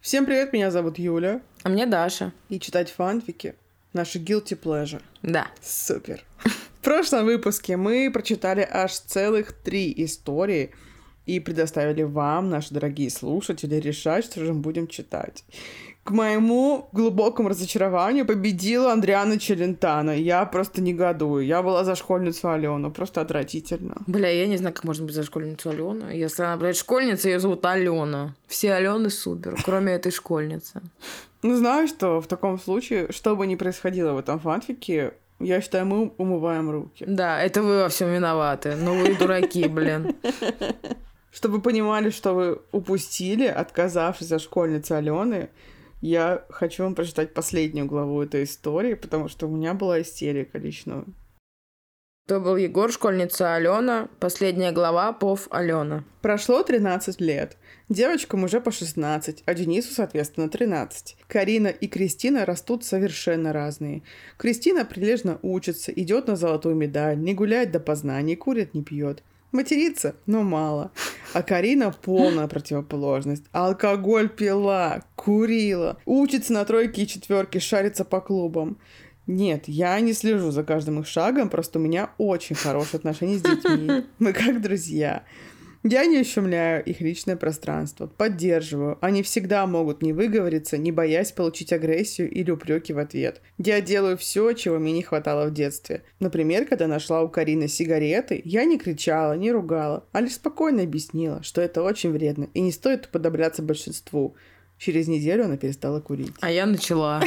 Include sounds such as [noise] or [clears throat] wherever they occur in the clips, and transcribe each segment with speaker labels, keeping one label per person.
Speaker 1: Всем привет, меня зовут Юля.
Speaker 2: А мне Даша.
Speaker 1: И читать фанфики — наши guilty pleasure.
Speaker 2: Да.
Speaker 1: Супер. [laughs] В прошлом выпуске мы прочитали аж целых три истории и предоставили вам, наши дорогие слушатели, решать, что же мы будем читать. К моему глубокому разочарованию победила Андриана Челентана. Я просто негодую. Я была за школьницу Алену. Просто отвратительно.
Speaker 2: Бля, я не знаю, как можно быть за школьницу Алену. Если она, блядь, школьница, ее зовут Алена. Все Алены супер, кроме этой школьницы.
Speaker 1: Ну, знаю, что в таком случае, что бы ни происходило в этом фанфике, я считаю, мы умываем руки.
Speaker 2: Да, это вы во всем виноваты. Ну вы дураки, блин.
Speaker 1: Чтобы вы понимали, что вы упустили, отказавшись от школьницы Алены, я хочу вам прочитать последнюю главу этой истории, потому что у меня была истерика лично.
Speaker 2: То был Егор, школьница Алена, последняя глава, пов Алена.
Speaker 1: Прошло 13 лет. Девочкам уже по 16, а Денису, соответственно, 13. Карина и Кристина растут совершенно разные. Кристина прилежно учится, идет на золотую медаль, не гуляет до познания, не курит, не пьет. Матерится, но мало. А Карина полная противоположность. Алкоголь пила, курила, учится на тройке и четверке, шарится по клубам. Нет, я не слежу за каждым их шагом, просто у меня очень хорошие отношения с детьми. Мы как друзья. Я не ущемляю их личное пространство, поддерживаю. Они всегда могут не выговориться, не боясь получить агрессию или упреки в ответ. Я делаю все, чего мне не хватало в детстве. Например, когда нашла у Карины сигареты, я не кричала, не ругала, а лишь спокойно объяснила, что это очень вредно и не стоит подобляться большинству. Через неделю она перестала курить.
Speaker 2: А я начала.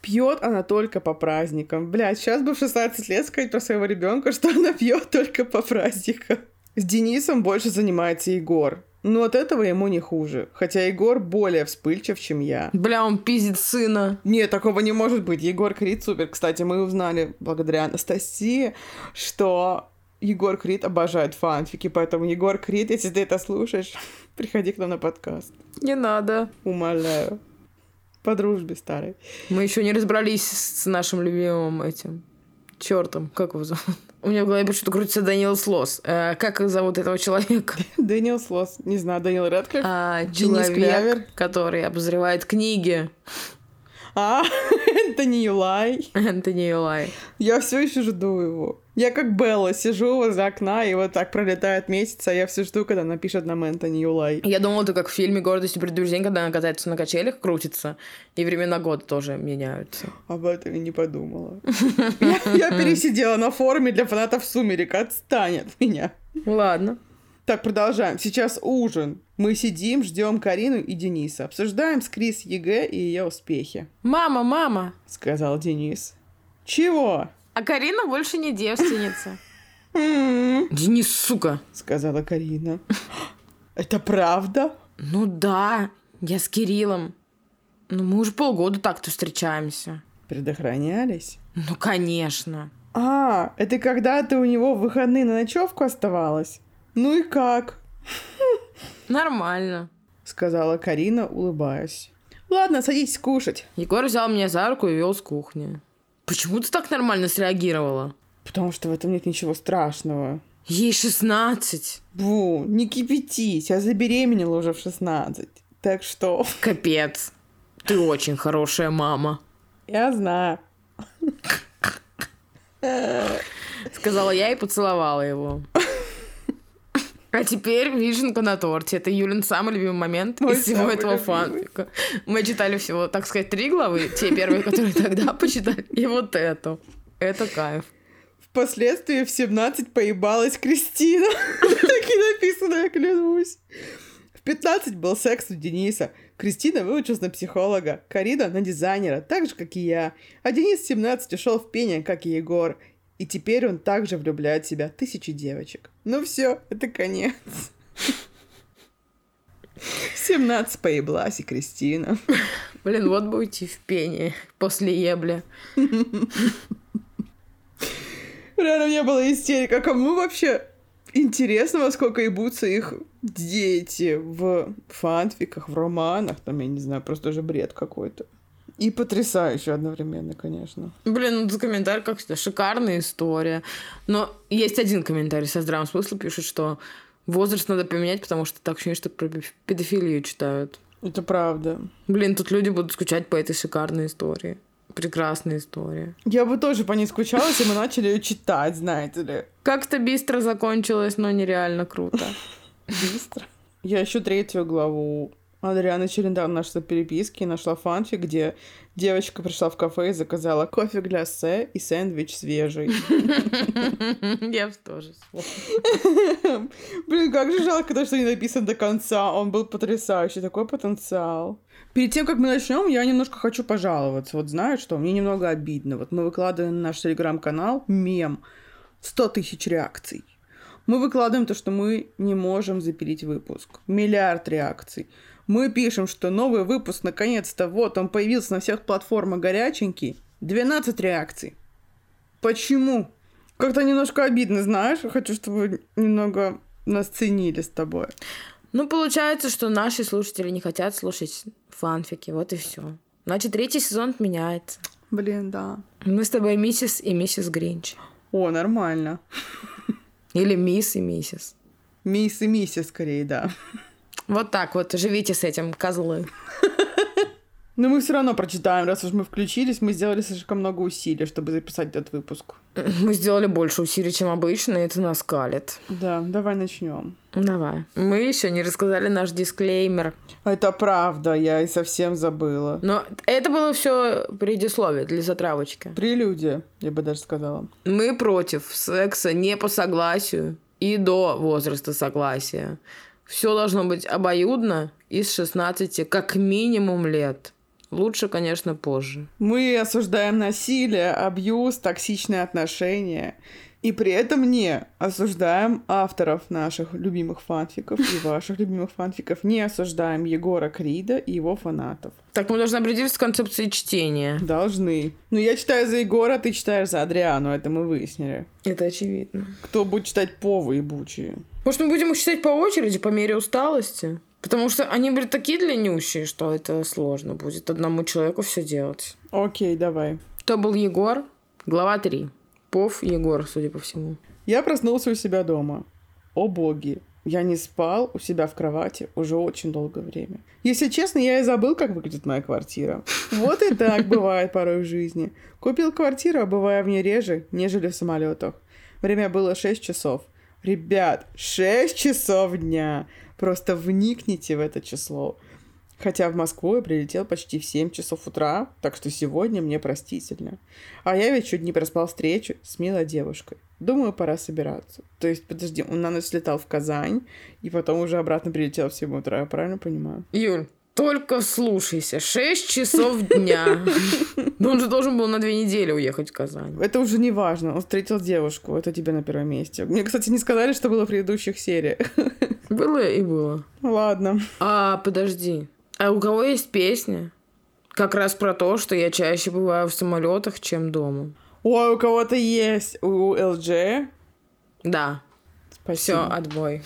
Speaker 1: Пьет она только по праздникам. Блядь, сейчас бы в 16 лет сказать про своего ребенка, что она пьет только по праздникам. С Денисом больше занимается Егор. Но от этого ему не хуже. Хотя Егор более вспыльчив, чем я.
Speaker 2: Бля, он пиздит сына.
Speaker 1: Нет, такого не может быть. Егор Крид супер. Кстати, мы узнали благодаря Анастасии, что Егор Крид обожает фанфики. Поэтому, Егор Крид, если ты это слушаешь, [laughs] приходи к нам на подкаст.
Speaker 2: Не надо.
Speaker 1: Умоляю. По дружбе старой.
Speaker 2: Мы еще не разобрались с нашим любимым этим чертом. Как его зовут? У меня в голове почему-то крутится Даниэл Слос. Э, как зовут этого человека?
Speaker 1: Дэниел Слос. Не знаю, Дэниел Редклифф?
Speaker 2: А,
Speaker 1: Денис Клявер.
Speaker 2: человек, который обозревает книги
Speaker 1: А, [laughs] это не Юлай.
Speaker 2: Энтони Юлай.
Speaker 1: Я все еще жду его. Я как Белла сижу возле окна, и вот так пролетает месяц, а я все жду, когда напишет нам Энтони Юлай.
Speaker 2: Я думала, это как в фильме «Гордость и предубеждение», когда она катается на качелях, крутится, и времена года тоже меняются.
Speaker 1: Об этом и не подумала. Я, я пересидела на форуме для фанатов «Сумерек». Отстань от меня.
Speaker 2: Ладно.
Speaker 1: Так, продолжаем. Сейчас ужин. Мы сидим, ждем Карину и Дениса. Обсуждаем с Крис ЕГЭ и ее успехи.
Speaker 2: Мама, мама,
Speaker 1: Сказал Денис. Чего?
Speaker 2: а Карина больше не девственница.
Speaker 1: «М-м»,
Speaker 2: Денис, сука.
Speaker 1: Сказала Карина. [gasps] Это правда?
Speaker 2: Ну да, я с Кириллом. Ну мы уже полгода так-то встречаемся.
Speaker 1: Предохранялись.
Speaker 2: Ну конечно.
Speaker 1: А, это когда ты у него в выходные на ночевку оставалась? Ну и как?
Speaker 2: Нормально.
Speaker 1: Сказала Карина, улыбаясь. Ладно, садись кушать.
Speaker 2: Егор взял меня за руку и вел с кухни. Почему ты так нормально среагировала?
Speaker 1: Потому что в этом нет ничего страшного.
Speaker 2: Ей 16.
Speaker 1: Бу, не кипятись, я забеременела уже в 16. Так что, [laughs]
Speaker 2: Капец. Ты очень хорошая мама.
Speaker 1: я знаю.
Speaker 2: Сказала я и поцеловала его. А теперь вишенка на торте. Это Юлин самый любимый момент
Speaker 1: Мой
Speaker 2: из всего
Speaker 1: самый
Speaker 2: этого
Speaker 1: любимый.
Speaker 2: фанфика. Мы читали всего, так сказать, три главы. Те первые, которые тогда [laughs] почитали. И вот эту. Это кайф.
Speaker 1: Впоследствии в 17 поебалась Кристина. [laughs] Так и написано, я клянусь. В 15 был секс у Дениса. Кристина выучилась на психолога, Карина на дизайнера, так же, как и я. А Денис в 17 ушел в пение, как и Егор. И теперь он также влюбляет в себя тысячи девочек. Ну все, это конец. [laughs] В 17 поеблась и Кристина.
Speaker 2: Блин, вот бы уйти в пение после ебля.
Speaker 1: Реально, у меня была истерика. А Кому вообще интересно, во сколько ебутся их дети в фанфиках, в романах, там, я не знаю, просто же бред какой-то. И потрясающе одновременно, конечно.
Speaker 2: Блин, ну за комментарий, как всегда, шикарная история. Но есть один комментарий со здравым смыслом, пишет, что возраст надо поменять, потому что так ощущение, что про пе- педофилию читают.
Speaker 1: Это правда.
Speaker 2: Блин, тут люди будут скучать по этой шикарной истории. Прекрасная история.
Speaker 1: Я бы тоже по ней скучала, если мы начали ее читать, знаете ли.
Speaker 2: Как-то быстро закончилось, но нереально круто.
Speaker 1: Быстро. Я еще третью главу Адриана Черендан нашла переписки и нашла фанфик, где девочка пришла в кафе и заказала кофе гляссе и сэндвич свежий.
Speaker 2: Я тоже
Speaker 1: [laughs] Блин, как же жалко, то, что не написан до конца. Он был потрясающий, такой потенциал. Перед тем, как мы начнем, я немножко хочу пожаловаться. Вот знаю, что мне немного обидно. Вот мы выкладываем на наш телеграм-канал мем 100 тысяч реакций. Мы выкладываем то, что мы не можем запилить выпуск. Миллиард реакций. Мы пишем, что новый выпуск наконец-то вот он появился на всех платформах горяченький. 12 реакций. Почему? Как-то немножко обидно, знаешь? Хочу, чтобы немного нас ценили с тобой.
Speaker 2: Ну, получается, что наши слушатели не хотят слушать фанфики. Вот и все. Значит, третий сезон меняется.
Speaker 1: Блин, да.
Speaker 2: Мы с тобой миссис и миссис Гринч.
Speaker 1: О, нормально.
Speaker 2: Или мисс и миссис.
Speaker 1: Мисс и миссис скорее, да.
Speaker 2: Вот так вот, живите с этим, козлы.
Speaker 1: Но мы все равно прочитаем, раз уж мы включились, мы сделали слишком много усилий, чтобы записать этот выпуск.
Speaker 2: Мы сделали больше усилий, чем обычно, и это нас калит.
Speaker 1: Да, давай начнем.
Speaker 2: Давай. Мы еще не рассказали наш дисклеймер.
Speaker 1: Это правда, я и совсем забыла.
Speaker 2: Но это было все предисловие для затравочки.
Speaker 1: Прелюдия, я бы даже сказала.
Speaker 2: Мы против секса не по согласию и до возраста согласия. Все должно быть обоюдно из 16 как минимум лет. Лучше, конечно, позже.
Speaker 1: Мы осуждаем насилие, абьюз, токсичные отношения. И при этом не осуждаем авторов наших любимых фанфиков и ваших любимых фанфиков. Не осуждаем Егора Крида и его фанатов.
Speaker 2: Так мы должны определиться с концепцией чтения.
Speaker 1: Должны. Ну, я читаю за Егора, ты читаешь за Адриану, это мы выяснили.
Speaker 2: Это очевидно.
Speaker 1: Кто будет читать Повы и Бучи?
Speaker 2: Может, мы будем их читать по очереди, по мере усталости? Потому что они, блин, такие длиннющие, что это сложно будет одному человеку все делать.
Speaker 1: Окей, давай.
Speaker 2: То был Егор, глава 3. Пов Егор, судя по всему.
Speaker 1: Я проснулся у себя дома. О боги, я не спал у себя в кровати уже очень долгое время. Если честно, я и забыл, как выглядит моя квартира. Вот и так бывает порой в жизни. Купил квартиру, а бывая в ней реже, нежели в самолетах. Время было 6 часов. Ребят, 6 часов дня. Просто вникните в это число. Хотя в Москву я прилетел почти в 7 часов утра, так что сегодня мне простительно. А я ведь чуть не проспал встречу с милой девушкой. Думаю, пора собираться. То есть, подожди, он на ночь слетал в Казань, и потом уже обратно прилетел в 7 утра, я правильно понимаю?
Speaker 2: Юль, только слушайся, 6 часов дня. Но он же должен был на две недели уехать в Казань.
Speaker 1: Это уже не важно, он встретил девушку, это тебе на первом месте. Мне, кстати, не сказали, что было в предыдущих сериях. [laughs] Ну
Speaker 2: Было и было.
Speaker 1: Ладно.
Speaker 2: А, подожди. А у кого есть песня? Как раз про то, что я чаще бываю в самолетах, чем дома.
Speaker 1: Ой, у кого-то есть, у ЛД.
Speaker 2: Да. Все, отбой.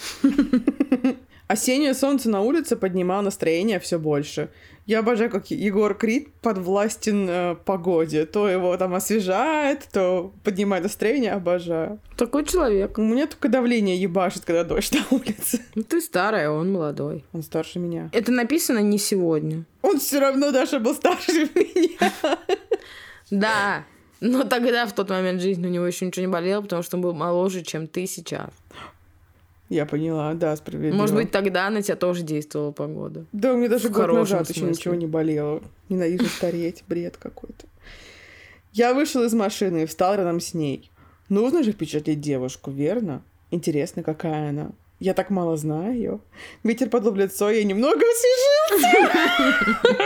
Speaker 1: Осеннее солнце на улице поднимало настроение все больше. Я обожаю, как Егор Крид подвластен э, погоде. То его там освежает, то поднимает настроение. Обожаю.
Speaker 2: Такой человек.
Speaker 1: У меня только давление ебашит, когда дождь [laughs] на улице.
Speaker 2: Ну, Ты старая, он молодой.
Speaker 1: Он старше меня.
Speaker 2: Это написано не сегодня.
Speaker 1: Он все равно даже был старше [laughs] меня.
Speaker 2: Да, но тогда, в тот момент жизни, у него еще ничего не болело, потому что он был моложе, чем ты сейчас.
Speaker 1: Я поняла, да, справедливо.
Speaker 2: Может быть, тогда на тебя тоже действовала погода.
Speaker 1: Да, у меня даже
Speaker 2: в
Speaker 1: год
Speaker 2: хорошем
Speaker 1: назад еще
Speaker 2: смысле.
Speaker 1: ничего не болело. Ненавижу стареть, бред какой-то. Я вышел из машины и встал рядом с ней. Нужно же впечатлить девушку, верно? Интересно, какая она. Я так мало знаю ее. Ветер подул в лицо, я немного
Speaker 2: [laughs]
Speaker 1: освежился.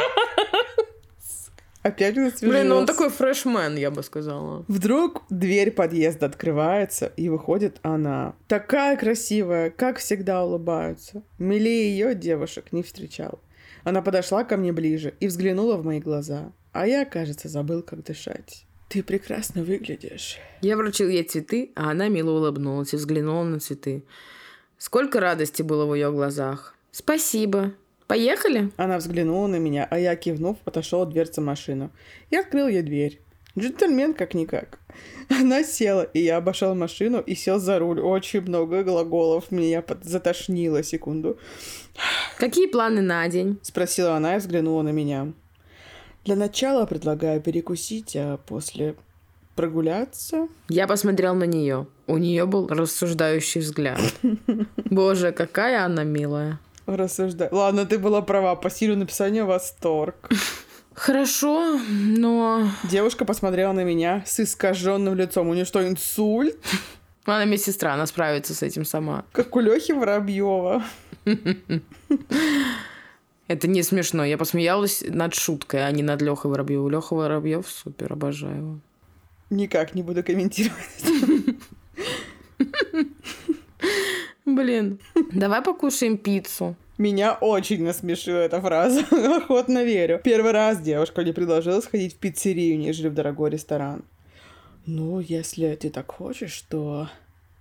Speaker 1: Опять он освежился.
Speaker 2: Блин, ну он такой фрешмен, я бы сказала.
Speaker 1: Вдруг дверь подъезда открывается, и выходит она. Такая красивая, как всегда улыбаются. Милее ее девушек не встречал. Она подошла ко мне ближе и взглянула в мои глаза. А я, кажется, забыл, как дышать. Ты прекрасно выглядишь.
Speaker 2: Я вручил ей цветы, а она мило улыбнулась и взглянула на цветы. Сколько радости было в ее глазах. Спасибо. Поехали?
Speaker 1: Она взглянула на меня, а я, кивнув, отошел от дверцы машины и открыл ей дверь. Джентльмен как-никак. Она села, и я обошел машину и сел за руль. Очень много глаголов. Меня под- затошнило секунду.
Speaker 2: Какие планы на день?
Speaker 1: Спросила она и взглянула на меня. Для начала предлагаю перекусить, а после прогуляться.
Speaker 2: Я посмотрел на нее. У нее был рассуждающий [laughs] взгляд. Боже, какая она милая.
Speaker 1: Рассуждать. Ладно, ты была права. По стилю написания восторг.
Speaker 2: Хорошо, но
Speaker 1: Девушка посмотрела на меня с искаженным лицом. У нее что, инсульт?
Speaker 2: она медсестра, она справится с этим сама.
Speaker 1: Как у Лехи Воробьева.
Speaker 2: Это не смешно. Я посмеялась над шуткой, а не над Лехой Воробьевым. Леха Воробьев супер, обожаю его.
Speaker 1: Никак не буду комментировать.
Speaker 2: Блин. Давай покушаем пиццу.
Speaker 1: Меня очень насмешила эта фраза. [laughs] Охотно верю. Первый раз девушка мне предложила сходить в пиццерию, нежели в дорогой ресторан. Ну, если ты так хочешь, то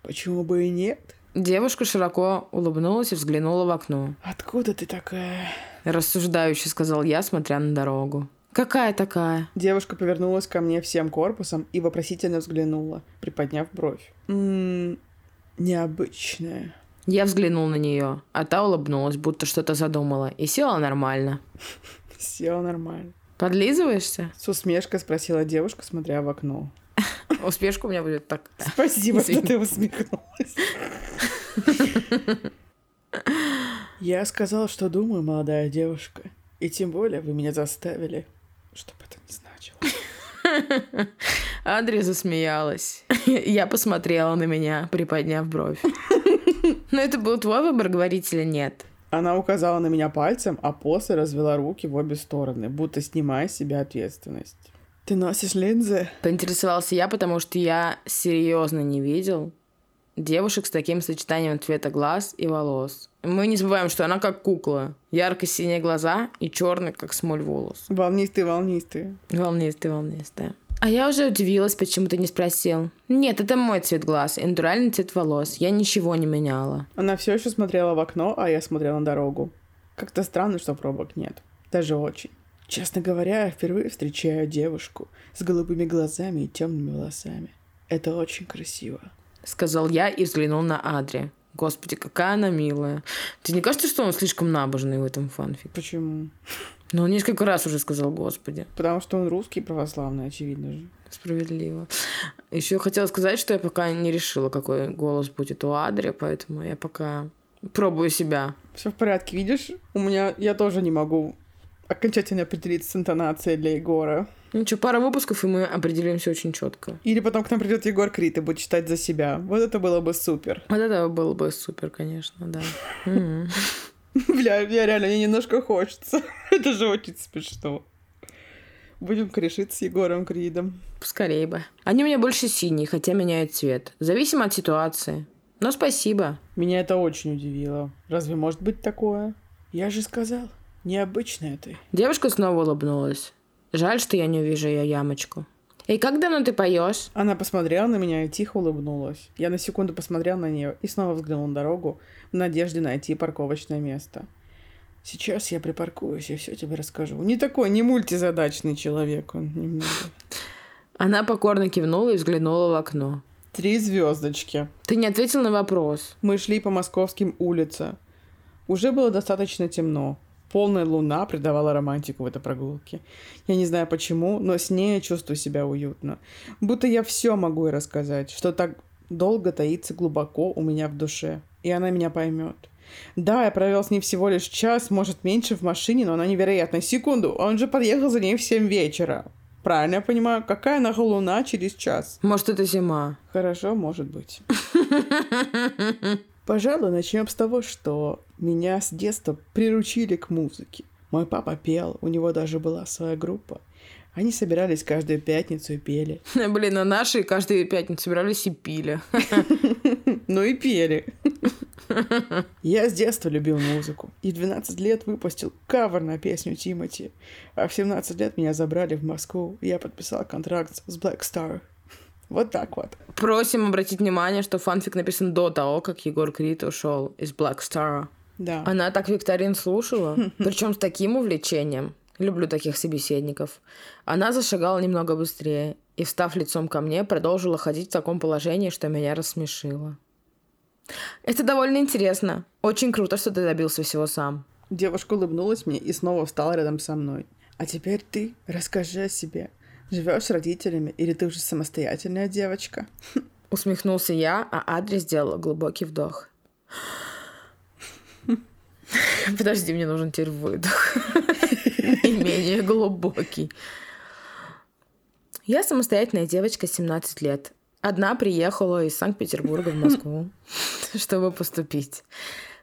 Speaker 1: почему бы и нет?
Speaker 2: Девушка широко улыбнулась и взглянула в окно.
Speaker 1: Откуда ты такая?
Speaker 2: Рассуждающе сказал я, смотря на дорогу. Какая такая?
Speaker 1: Девушка повернулась ко мне всем корпусом и вопросительно взглянула, приподняв бровь. «М, необычная.
Speaker 2: Я взглянул на нее, а та улыбнулась, будто что-то задумала, и села нормально.
Speaker 1: Села нормально.
Speaker 2: Подлизываешься?
Speaker 1: С усмешкой спросила девушка, смотря в окно.
Speaker 2: Успешка у меня будет так.
Speaker 1: Спасибо, что
Speaker 2: Извини.
Speaker 1: ты усмехнулась. Я сказал, что думаю, молодая девушка. И тем более вы меня заставили, что бы это ни значило.
Speaker 2: Адрия засмеялась. [laughs] Я посмотрела на меня, приподняв бровь. [laughs] Но это был твой выбор, говорить или нет.
Speaker 1: Она указала на меня пальцем, а после развела руки в обе стороны, будто снимая с себя ответственность. Ты носишь линзы?
Speaker 2: Поинтересовался я, потому что я серьезно не видел девушек с таким сочетанием цвета глаз и волос. Мы не забываем, что она как кукла. Ярко-синие глаза и черный, как смоль, волос.
Speaker 1: Волнистые, волнистые.
Speaker 2: Волнистый, волнистая. А я уже удивилась, почему ты не спросил. Нет, это мой цвет глаз и натуральный цвет волос. Я ничего не меняла.
Speaker 1: Она все еще смотрела в окно, а я смотрела на дорогу. Как-то странно, что пробок нет. Даже очень. Честно говоря, я впервые встречаю девушку с голубыми глазами и темными волосами. Это очень красиво.
Speaker 2: Сказал я и взглянул на Адри. Господи, какая она милая. Тебе не кажется, что он слишком набожный в этом фанфике?
Speaker 1: Почему?
Speaker 2: Но он несколько раз уже сказал «Господи».
Speaker 1: Потому что он русский и православный, очевидно же.
Speaker 2: Справедливо. Еще хотела сказать, что я пока не решила, какой голос будет у Адри, поэтому я пока пробую себя.
Speaker 1: Все в порядке, видишь? У меня я тоже не могу окончательно определиться с интонацией для Егора.
Speaker 2: Ничего, Ну, пара выпусков, и мы определимся очень четко.
Speaker 1: Или потом к нам придет Егор Крит и будет читать за себя. Вот это было бы супер. [laughs]
Speaker 2: Вот это было бы супер, конечно, да. М-м. М.
Speaker 1: Бля, я реально, мне немножко хочется. [laughs] Это же очень смешно. Будем корешить с Егором Кридом.
Speaker 2: Поскорей бы. Они у меня больше синие, хотя меняют цвет. Зависимо от ситуации. Но спасибо.
Speaker 1: Меня это очень удивило. Разве может быть такое? Я же сказал, необычная ты.
Speaker 2: Девушка снова улыбнулась. Жаль, что я не увижу ее ямочку. И как давно ты поешь?
Speaker 1: Она посмотрела на меня и тихо улыбнулась. Я на секунду посмотрел на нее и снова взглянул на дорогу в надежде найти парковочное место. Сейчас я припаркуюсь и все тебе расскажу. Не такой, не мультизадачный человек он немного.
Speaker 2: Она покорно кивнула и взглянула в окно.
Speaker 1: Три звездочки.
Speaker 2: Ты не ответил на вопрос.
Speaker 1: Мы шли по московским улицам. Уже было достаточно темно. Полная луна придавала романтику в этой прогулке. Я не знаю почему, но с ней я чувствую себя уютно. Будто я все могу ей рассказать, что так долго таится глубоко у меня в душе. И она меня поймет. Да, я провел с ней всего лишь час, может, меньше в машине, но она невероятная. Секунду, он же подъехал за ней в 7 вечера. Правильно я понимаю? Какая нахуй луна через час?
Speaker 2: Может, это зима. [laughs]
Speaker 1: Хорошо, может быть. Пожалуй, начнем с того, что меня с детства приручили к музыке. Мой папа пел, у него даже была своя группа. Они собирались каждую пятницу и пели. [laughs]
Speaker 2: Блин, а наши каждую пятницу собирались и пили. [laughs]
Speaker 1: Ну и пели. Я с детства любил музыку. И в 12 лет выпустил кавер на песню Тимати. А в 17 лет меня забрали в Москву. и Я подписал контракт с Black Star. [laughs] Вот так вот.
Speaker 2: Просим обратить внимание, что фанфик написан до того, как Егор Крид ушел из Black Star.
Speaker 1: Да.
Speaker 2: Она так викторин слушала, причем с таким увлечением. Люблю таких собеседников. Она зашагала немного быстрее, и, встав лицом ко мне, продолжила ходить в таком положении, что меня рассмешило. «Это довольно интересно. Очень круто, что ты добился всего сам».
Speaker 1: Девушка улыбнулась мне и снова встала рядом со мной. «А теперь ты расскажи о себе. Живешь с родителями или ты уже самостоятельная девочка?»
Speaker 2: Усмехнулся я, а Адри сделала глубокий вдох. Подожди, мне нужен теперь выдох. Не менее глубокий. Я самостоятельная девочка, 17 лет. Одна приехала из Санкт-Петербурга в Москву, чтобы поступить.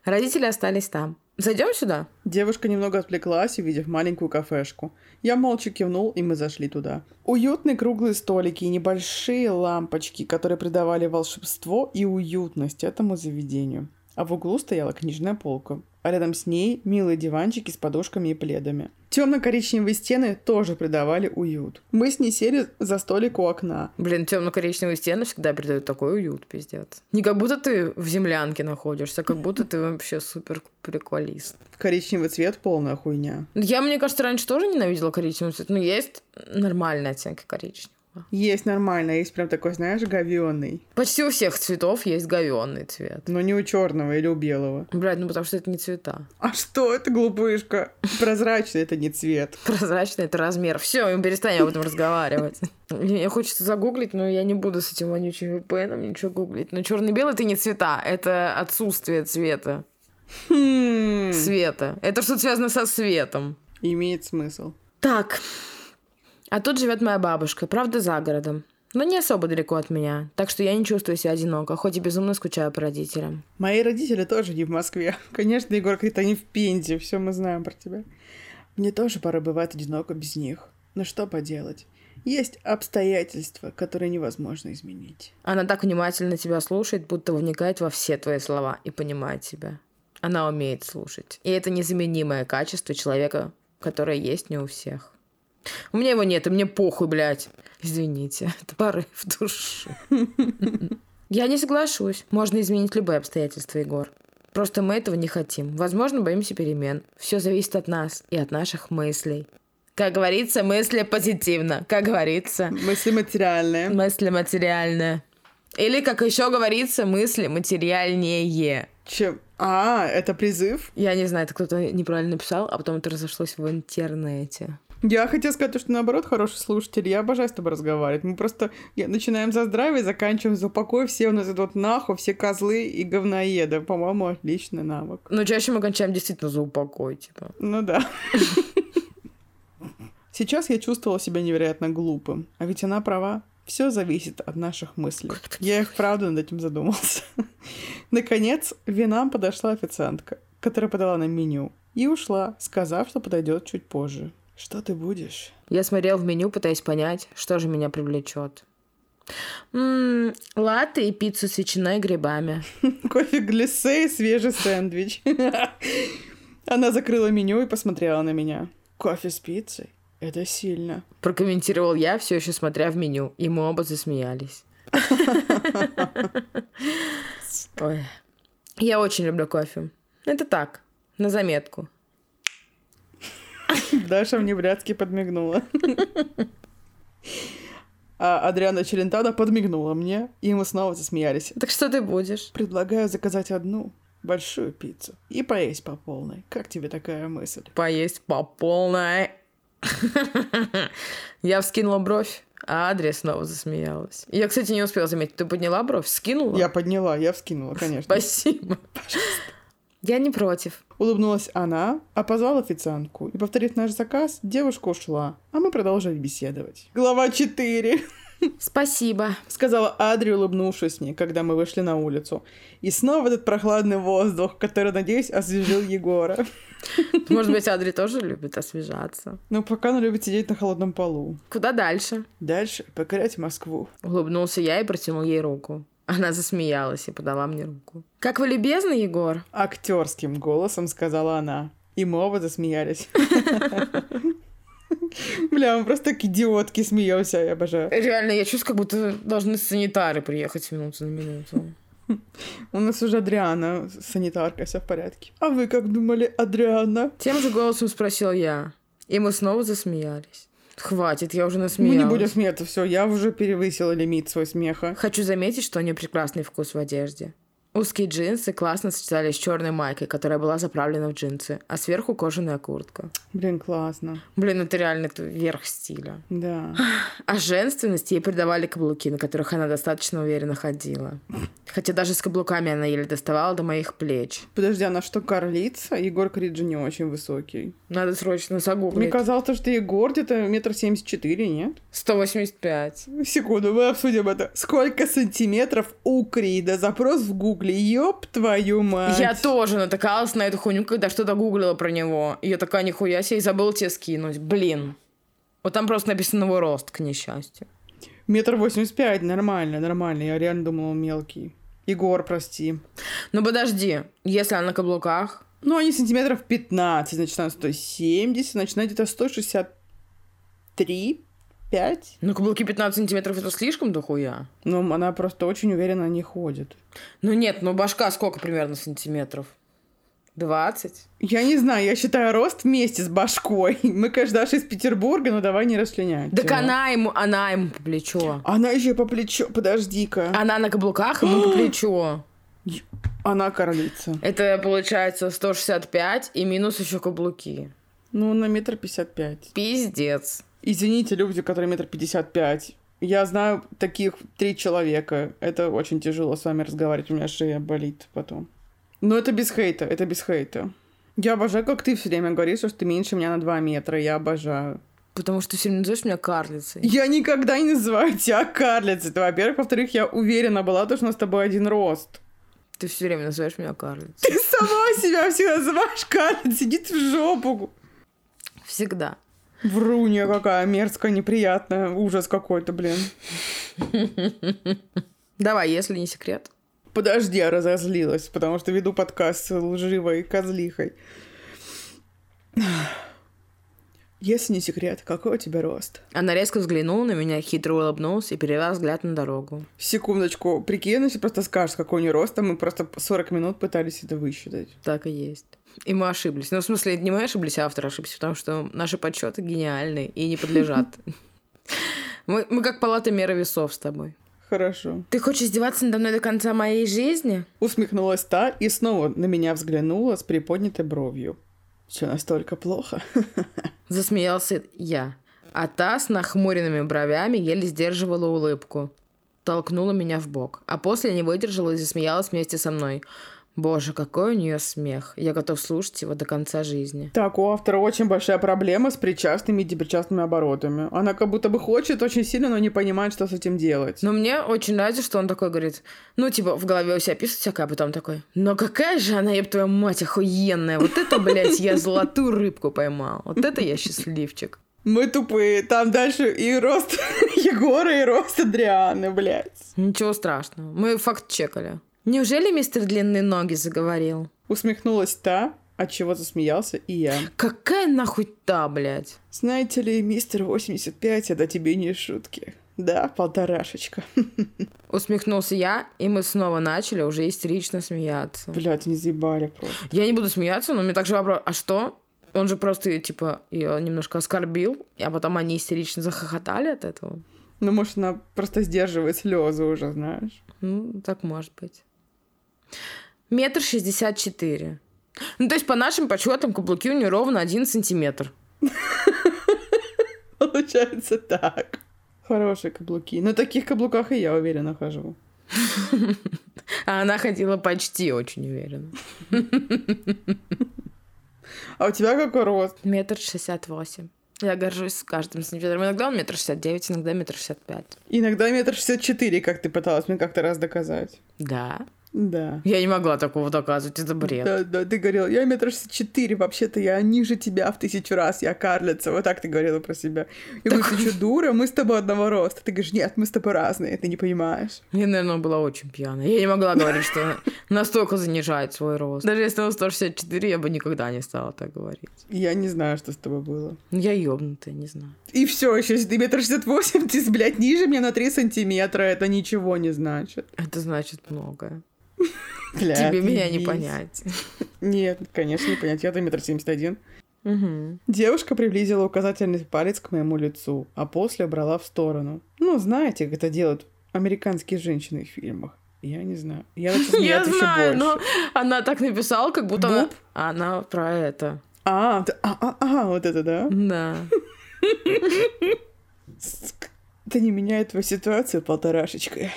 Speaker 2: Родители остались там. Зайдем сюда?
Speaker 1: Девушка немного отвлеклась, увидев маленькую кафешку. Я молча кивнул, и мы зашли туда. Уютные круглые столики и небольшие лампочки, которые придавали волшебство и уютность этому заведению. А в углу стояла книжная полка, а рядом с ней милые диванчики с подушками и пледами. Темно-коричневые стены тоже придавали уют. Мы с ней сели за столик у окна.
Speaker 2: Блин, темно-коричневые стены всегда придают такой уют, пиздец. Не как будто ты в землянке находишься, а как будто ты вообще супер приколист.
Speaker 1: Коричневый цвет полная хуйня.
Speaker 2: Я, мне кажется, раньше тоже ненавидела коричневый цвет, но есть нормальная оттенка коричневого.
Speaker 1: Есть нормально, есть прям такой, знаешь, говёный.
Speaker 2: Почти у всех цветов есть говёный цвет.
Speaker 1: Но не у черного или у белого.
Speaker 2: Блядь, ну потому что это не цвета.
Speaker 1: А что это, глупышка? Прозрачный это не цвет.
Speaker 2: Прозрачный это размер. Все, мы перестанем об этом разговаривать. Мне хочется загуглить, но я не буду с этим вонючим VPN ничего гуглить. Но черный белый это не цвета, это отсутствие цвета. Света. Это что-то связано со светом.
Speaker 1: Хм. Имеет смысл.
Speaker 2: Так, а тут живет моя бабушка, правда, за городом. Но не особо далеко от меня, так что я не чувствую себя одиноко, хоть и безумно скучаю по родителям.
Speaker 1: Мои родители тоже не в Москве. Конечно, Егор говорит, они в Пензе, все мы знаем про тебя. Мне тоже порой бывает одиноко без них. Но что поделать? Есть обстоятельства, которые невозможно изменить.
Speaker 2: Она так внимательно тебя слушает, будто вникает во все твои слова и понимает тебя. Она умеет слушать. И это незаменимое качество человека, которое есть не у всех. У меня его нет, и мне похуй, блядь. Извините, [laughs] это порыв души. [laughs] Я не соглашусь. Можно изменить любые обстоятельства, Егор. Просто мы этого не хотим. Возможно, боимся перемен. Все зависит от нас и от наших мыслей. Как говорится, мысли позитивно. Как говорится.
Speaker 1: Мысли материальные.
Speaker 2: Мысли материальные. Или, как еще говорится, мысли материальнее.
Speaker 1: Чем? А, это призыв?
Speaker 2: Я не знаю, это кто-то неправильно написал, а потом это разошлось в интернете.
Speaker 1: Я хотела сказать, что наоборот, хороший слушатель, я обожаю с тобой разговаривать. Мы просто начинаем за здравие, заканчиваем за упокой, все у нас идут нахуй, все козлы и говноеды. По-моему, отличный навык.
Speaker 2: Но чаще мы кончаем действительно за упокой, типа.
Speaker 1: Ну да. [laughs] Сейчас я чувствовала себя невероятно глупым, а ведь она права. Все зависит от наших мыслей. Я их правда над этим задумался. [laughs] Наконец, винам подошла официантка, которая подала нам меню, и ушла, сказав, что подойдет чуть позже. Что ты будешь?
Speaker 2: Я смотрел в меню, пытаясь понять, что же меня привлечет. М-м, латте и пиццу с ветчиной и грибами.
Speaker 1: Кофе глиссе и свежий сэндвич. Она закрыла меню и посмотрела на меня. Кофе с пиццей? Это сильно.
Speaker 2: Прокомментировал я, все еще смотря в меню, и мы оба засмеялись. Ой. Я очень люблю кофе. Это так, на заметку.
Speaker 1: Даша мне блядски подмигнула. А Адриана Челентада подмигнула мне, и мы снова засмеялись.
Speaker 2: Так что ты будешь?
Speaker 1: Предлагаю заказать одну большую пиццу и поесть по полной. Как тебе такая мысль?
Speaker 2: Поесть по полной. [laughs] Я вскинула бровь, а Адрия снова засмеялась. Я, кстати, не успела заметить. Ты подняла бровь? Скинула?
Speaker 1: Я подняла, я вскинула, конечно.
Speaker 2: Спасибо. Я не против.
Speaker 1: Улыбнулась она, опозвала официантку, и, повторив наш заказ, девушка ушла, а мы продолжили беседовать. Глава 4.
Speaker 2: Спасибо.
Speaker 1: [laughs] Сказала Адри, улыбнувшись мне, когда мы вышли на улицу. И снова этот прохладный воздух, который, надеюсь, освежил Егора. [laughs]
Speaker 2: Может быть, Адри тоже любит освежаться.
Speaker 1: Но пока она любит сидеть на холодном полу.
Speaker 2: Куда дальше?
Speaker 1: Дальше покорять Москву.
Speaker 2: Улыбнулся я и протянул ей руку. Она засмеялась и подала мне руку. «Как вы любезны, Егор!»
Speaker 1: Актерским голосом сказала она. И мы оба засмеялись. [laughs] Бля, мы просто так идиотки смеемся, я обожаю.
Speaker 2: Реально, я чувствую, как будто должны санитары приехать минуту на минуту.
Speaker 1: У нас уже Адриана, санитарка, все в порядке. А вы как думали, Адриана?
Speaker 2: Тем же голосом спросил я. И мы снова засмеялись. Хватит, я уже
Speaker 1: Мы
Speaker 2: насмеялась.
Speaker 1: не будем смеяться, все, я уже перевысила лимит свой смеха.
Speaker 2: Хочу заметить, что у нее прекрасный вкус в одежде. Узкие джинсы классно сочетались с черной майкой, которая была заправлена в джинсы, а сверху кожаная куртка.
Speaker 1: Блин, классно.
Speaker 2: Блин, это реально т- верх стиля.
Speaker 1: Да.
Speaker 2: А женственность ей придавали каблуки, на которых она достаточно уверенно ходила. Хотя даже с каблуками она еле доставала до моих плеч.
Speaker 1: Подожди, она что, карлица? Егор Криджи не очень высокий.
Speaker 2: Надо срочно
Speaker 1: Мне
Speaker 2: загуглить.
Speaker 1: казалось, что Егор где-то метр семьдесят четыре, нет?
Speaker 2: 185.
Speaker 1: Секунду, мы обсудим это. Сколько сантиметров у Крида? Запрос в гугле. Ёб твою мать.
Speaker 2: Я тоже натыкалась на эту хуйню, когда что-то гуглила про него. И я такая, нихуя себе, и забыла тебе скинуть. Блин. Вот там просто написано его рост, к несчастью.
Speaker 1: Метр восемьдесят пять, нормально, нормально. Я реально думала, он мелкий. Егор, прости.
Speaker 2: Ну подожди, если она на каблуках,
Speaker 1: Ну, они сантиметров 15, значит, она 170, значит, она где-то 163, 5.
Speaker 2: ну каблуки 15 сантиметров это слишком дохуя.
Speaker 1: Ну, она просто очень уверенно не ходит.
Speaker 2: Ну нет, ну башка сколько примерно сантиметров? 20?
Speaker 1: Я не знаю, я считаю рост вместе с башкой. [laughs] Мы, конечно, Даша из Петербурга, но давай не расчленять.
Speaker 2: Так
Speaker 1: его.
Speaker 2: она ему, она ему по плечо.
Speaker 1: Она еще по плечу... Подожди-ка.
Speaker 2: Она на каблуках ему по плечо.
Speaker 1: Она карлица.
Speaker 2: Это получается 165 и минус еще каблуки.
Speaker 1: Ну, на метр пятьдесят пять.
Speaker 2: Пиздец.
Speaker 1: Извините, люди, которые метр пятьдесят пять. Я знаю таких три человека. Это очень тяжело с вами разговаривать. У меня шея болит потом. Но это без хейта, это без хейта. Я обожаю, как ты все время говоришь, что ты меньше меня на два метра. Я обожаю.
Speaker 2: Потому что ты все время называешь меня карлицей.
Speaker 1: Я никогда не называю тебя карлицей. Это, во-первых. Во-вторых, я уверена была, то, что у нас с тобой один рост.
Speaker 2: Ты все время называешь меня карлицей.
Speaker 1: Ты сама себя все называешь карлицей. Иди ты в жопу.
Speaker 2: Всегда.
Speaker 1: Врунья какая мерзкая, неприятная. Ужас какой-то, блин.
Speaker 2: Давай, если не секрет.
Speaker 1: Подожди, я разозлилась, потому что веду подкаст с лживой козлихой. Если не секрет, какой у тебя рост?
Speaker 2: Она резко взглянула на меня, хитро улыбнулась и перевела взгляд на дорогу.
Speaker 1: Секундочку, прикинь, если просто скажешь, какой у нее рост, а мы просто 40 минут пытались это высчитать.
Speaker 2: Так и есть. И мы ошиблись. Ну, в смысле, не мы ошиблись, а автор ошибся, потому что наши подсчеты гениальны и не [laughs] подлежат. Мы, мы как палата меры весов с тобой.
Speaker 1: Хорошо.
Speaker 2: Ты хочешь издеваться надо мной до конца моей жизни?
Speaker 1: Усмехнулась та и снова на меня взглянула с приподнятой бровью. Все настолько плохо?
Speaker 2: Засмеялся я. А та с нахмуренными бровями еле сдерживала улыбку. Толкнула меня в бок, а после не выдержала и засмеялась вместе со мной. Боже, какой у нее смех. Я готов слушать его до конца жизни.
Speaker 1: Так, у автора очень большая проблема с причастными и депричастными оборотами. Она как будто бы хочет очень сильно, но не понимает, что с этим делать.
Speaker 2: Но мне очень нравится, что он такой говорит, ну, типа, в голове у себя пишет всякое, а потом такой, но какая же она, еб твою мать, охуенная. Вот это, блядь, я золотую рыбку поймал. Вот это я счастливчик.
Speaker 1: Мы тупые. Там дальше и рост [laughs] Егора, и рост Адрианы, блядь.
Speaker 2: Ничего страшного. Мы факт чекали. Неужели мистер Длинные Ноги заговорил?
Speaker 1: Усмехнулась та, от чего засмеялся и я.
Speaker 2: Какая нахуй та, блядь?
Speaker 1: Знаете ли, мистер 85, это тебе не шутки. Да, полторашечка.
Speaker 2: Усмехнулся я, и мы снова начали уже истерично смеяться.
Speaker 1: Блядь, не заебали просто.
Speaker 2: Я не буду смеяться, но мне также вопрос, а что? Он же просто, её, типа, ее немножко оскорбил, а потом они истерично захохотали от этого.
Speaker 1: Ну, может, она просто сдерживает слезы уже, знаешь. [laughs]
Speaker 2: Ну, так может быть. Метр шестьдесят четыре. Ну, то есть, по нашим подсчетам, каблуки у нее ровно один сантиметр.
Speaker 1: Получается так. Хорошие каблуки. На таких каблуках и я уверенно хожу.
Speaker 2: А она ходила почти очень уверенно.
Speaker 1: А у тебя какой рост?
Speaker 2: Метр шестьдесят восемь. Я горжусь каждым сантиметром. Иногда он метр шестьдесят девять, иногда метр шестьдесят пять.
Speaker 1: Иногда метр шестьдесят четыре, как ты пыталась мне как-то раз доказать.
Speaker 2: Да.
Speaker 1: Да.
Speaker 2: Я не могла такого доказывать, это бред.
Speaker 1: Да, да, ты говорил, я метр шестьдесят четыре, вообще-то я ниже тебя в тысячу раз, я карлица. Вот так ты говорила про себя. Я говорю, ты что, дура, мы с тобой одного роста. Ты говоришь, нет, мы с тобой разные, ты не понимаешь.
Speaker 2: Я, наверное, была очень пьяная. Я не могла говорить, что она настолько занижает свой рост. Даже если он 164, я бы никогда не стала так говорить.
Speaker 1: Я не знаю, что с тобой было.
Speaker 2: Ну, Я ёбнутая, не знаю.
Speaker 1: И все, еще, если ты метр шестьдесят восемь, ты, блядь, ниже меня на три сантиметра, это ничего не значит.
Speaker 2: Это значит многое.
Speaker 1: Бля,
Speaker 2: Тебе меня не
Speaker 1: отъебись.
Speaker 2: понять.
Speaker 1: Нет, конечно, не понять. Я-то метр семьдесят один.
Speaker 2: Мгм.
Speaker 1: Девушка приблизила указательный палец к моему лицу, а после брала в сторону. Ну, знаете, как это делают американские женщины в фильмах. Я не знаю. Я
Speaker 2: [laughs]
Speaker 1: начала
Speaker 2: [laughs] Я
Speaker 1: смеяться еще
Speaker 2: знаю,
Speaker 1: больше.
Speaker 2: но она так написала, как будто она...
Speaker 1: Буп?
Speaker 2: Она про это.
Speaker 1: А, да, а, а, а, вот это да.
Speaker 2: Да.
Speaker 1: Сука. Это не меняет твою ситуацию полторашечкой.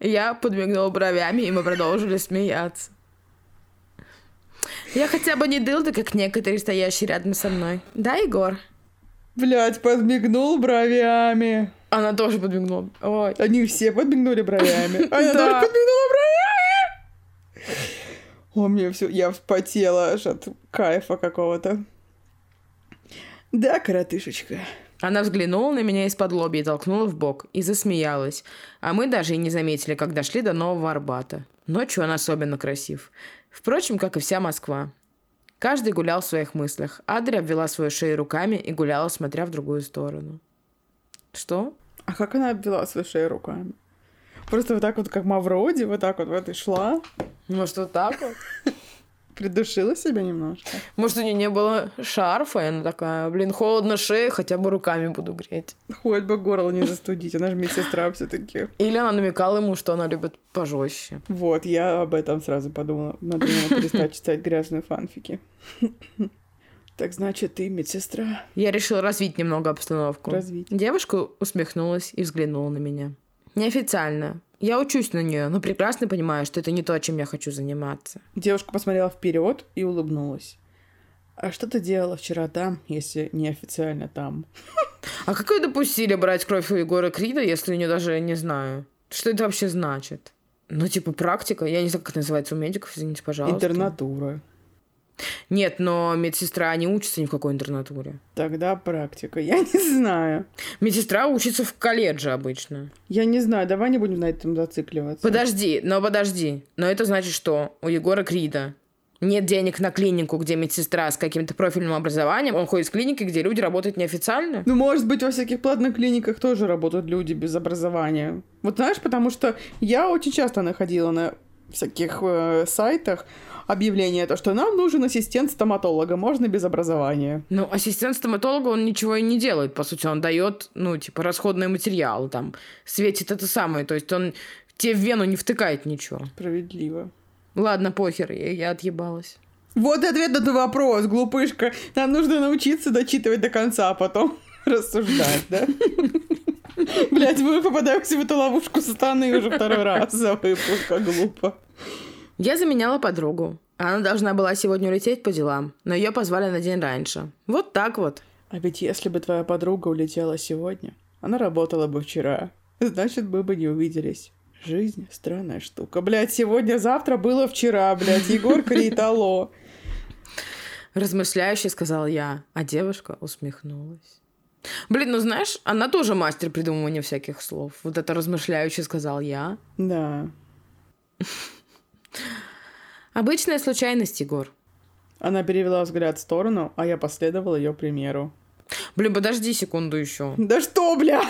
Speaker 2: Я подмигнула бровями, и мы продолжили смеяться. Я хотя бы не дылда, как некоторые, стоящие рядом со мной. Да, Егор?
Speaker 1: Блять, подмигнул бровями.
Speaker 2: Она тоже подмигнула. Ой.
Speaker 1: Они все подмигнули бровями. Она тоже
Speaker 2: [laughs] Да.
Speaker 1: подмигнула бровями. О, мне все, я вспотела аж от кайфа какого-то. Да, коротышечка.
Speaker 2: Она взглянула на меня из-под лобья и толкнула в бок, и засмеялась. А мы даже и не заметили, как дошли до Нового Арбата. Ночью он особенно красив. Впрочем, как и вся Москва. Каждый гулял в своих мыслях. Адри обвела свою шею руками и гуляла, смотря в другую сторону. Что?
Speaker 1: А как она обвела свою шею руками? Просто вот так вот, как Мавроди, вот так вот, вот и шла,
Speaker 2: Может, вот Ну, так вот?
Speaker 1: придушила себя немножко.
Speaker 2: Может, у нее не было шарфа, и она такая, блин, холодно шея, хотя бы руками буду греть.
Speaker 1: Хоть бы горло не застудить, она же медсестра все таки
Speaker 2: Или она намекала ему, что она любит пожестче.
Speaker 1: Вот, я об этом сразу подумала. Надо мне перестать читать грязные фанфики. Так значит, ты медсестра.
Speaker 2: Я решила развить немного обстановку.
Speaker 1: Развить.
Speaker 2: Девушка усмехнулась и взглянула на меня. Неофициально. Я учусь на нее, но прекрасно понимаю, что это не то, чем я хочу заниматься.
Speaker 1: Девушка посмотрела вперед и улыбнулась. А что ты делала вчера там, если неофициально там?
Speaker 2: А как ее допустили брать кровь у Егора Крида, если у нее даже не знаю? Что это вообще значит? Ну, типа, практика. Я не знаю, как это называется у медиков, извините, пожалуйста.
Speaker 1: Интернатура.
Speaker 2: Нет, но медсестра не учится ни в какой интернатуре.
Speaker 1: Тогда практика. Я не знаю.
Speaker 2: Медсестра учится в колледже обычно.
Speaker 1: Я не знаю, давай не будем на этом зацикливаться.
Speaker 2: Подожди, но подожди. Но это значит, что у Егора Крида нет денег на клинику, где медсестра с каким-то профильным образованием. Он ходит в клиники, где люди работают неофициально.
Speaker 1: Ну, может быть, во всяких платных клиниках тоже работают люди без образования. Вот знаешь, потому что я очень часто находила на всяких э, сайтах объявление, то, что нам нужен ассистент стоматолога, можно без образования.
Speaker 2: Ну, ассистент стоматолога, он ничего и не делает, по сути. Он дает, ну, типа, расходные материалы, там, светит это самое. То есть он тебе в вену не втыкает ничего.
Speaker 1: Справедливо.
Speaker 2: Ладно, похер, я, я отъебалась.
Speaker 1: Вот и ответ на твой вопрос, глупышка. Нам нужно научиться дочитывать до конца, а потом [laughs] рассуждать, да? [laughs] Блять, мы попадаемся в эту ловушку сатаны уже второй раз за выпуск, как глупо.
Speaker 2: Я заменяла подругу. Она должна была сегодня улететь по делам, но ее позвали на день раньше. Вот так вот.
Speaker 1: А ведь если бы твоя подруга улетела сегодня, она работала бы вчера. Значит, мы бы не увиделись. Жизнь — странная штука. Блядь, сегодня-завтра было вчера, блядь. Егор Крид, алло.
Speaker 2: Размышляюще сказал я, а девушка усмехнулась. Блин, ну знаешь, она тоже мастер придумывания всяких слов. Вот это размышляюще сказал я.
Speaker 1: Да.
Speaker 2: Обычная случайность, Егор.
Speaker 1: Она перевела взгляд в сторону, а я последовала ее примеру.
Speaker 2: Блин, подожди секунду еще. [laughs]
Speaker 1: Да что, бля?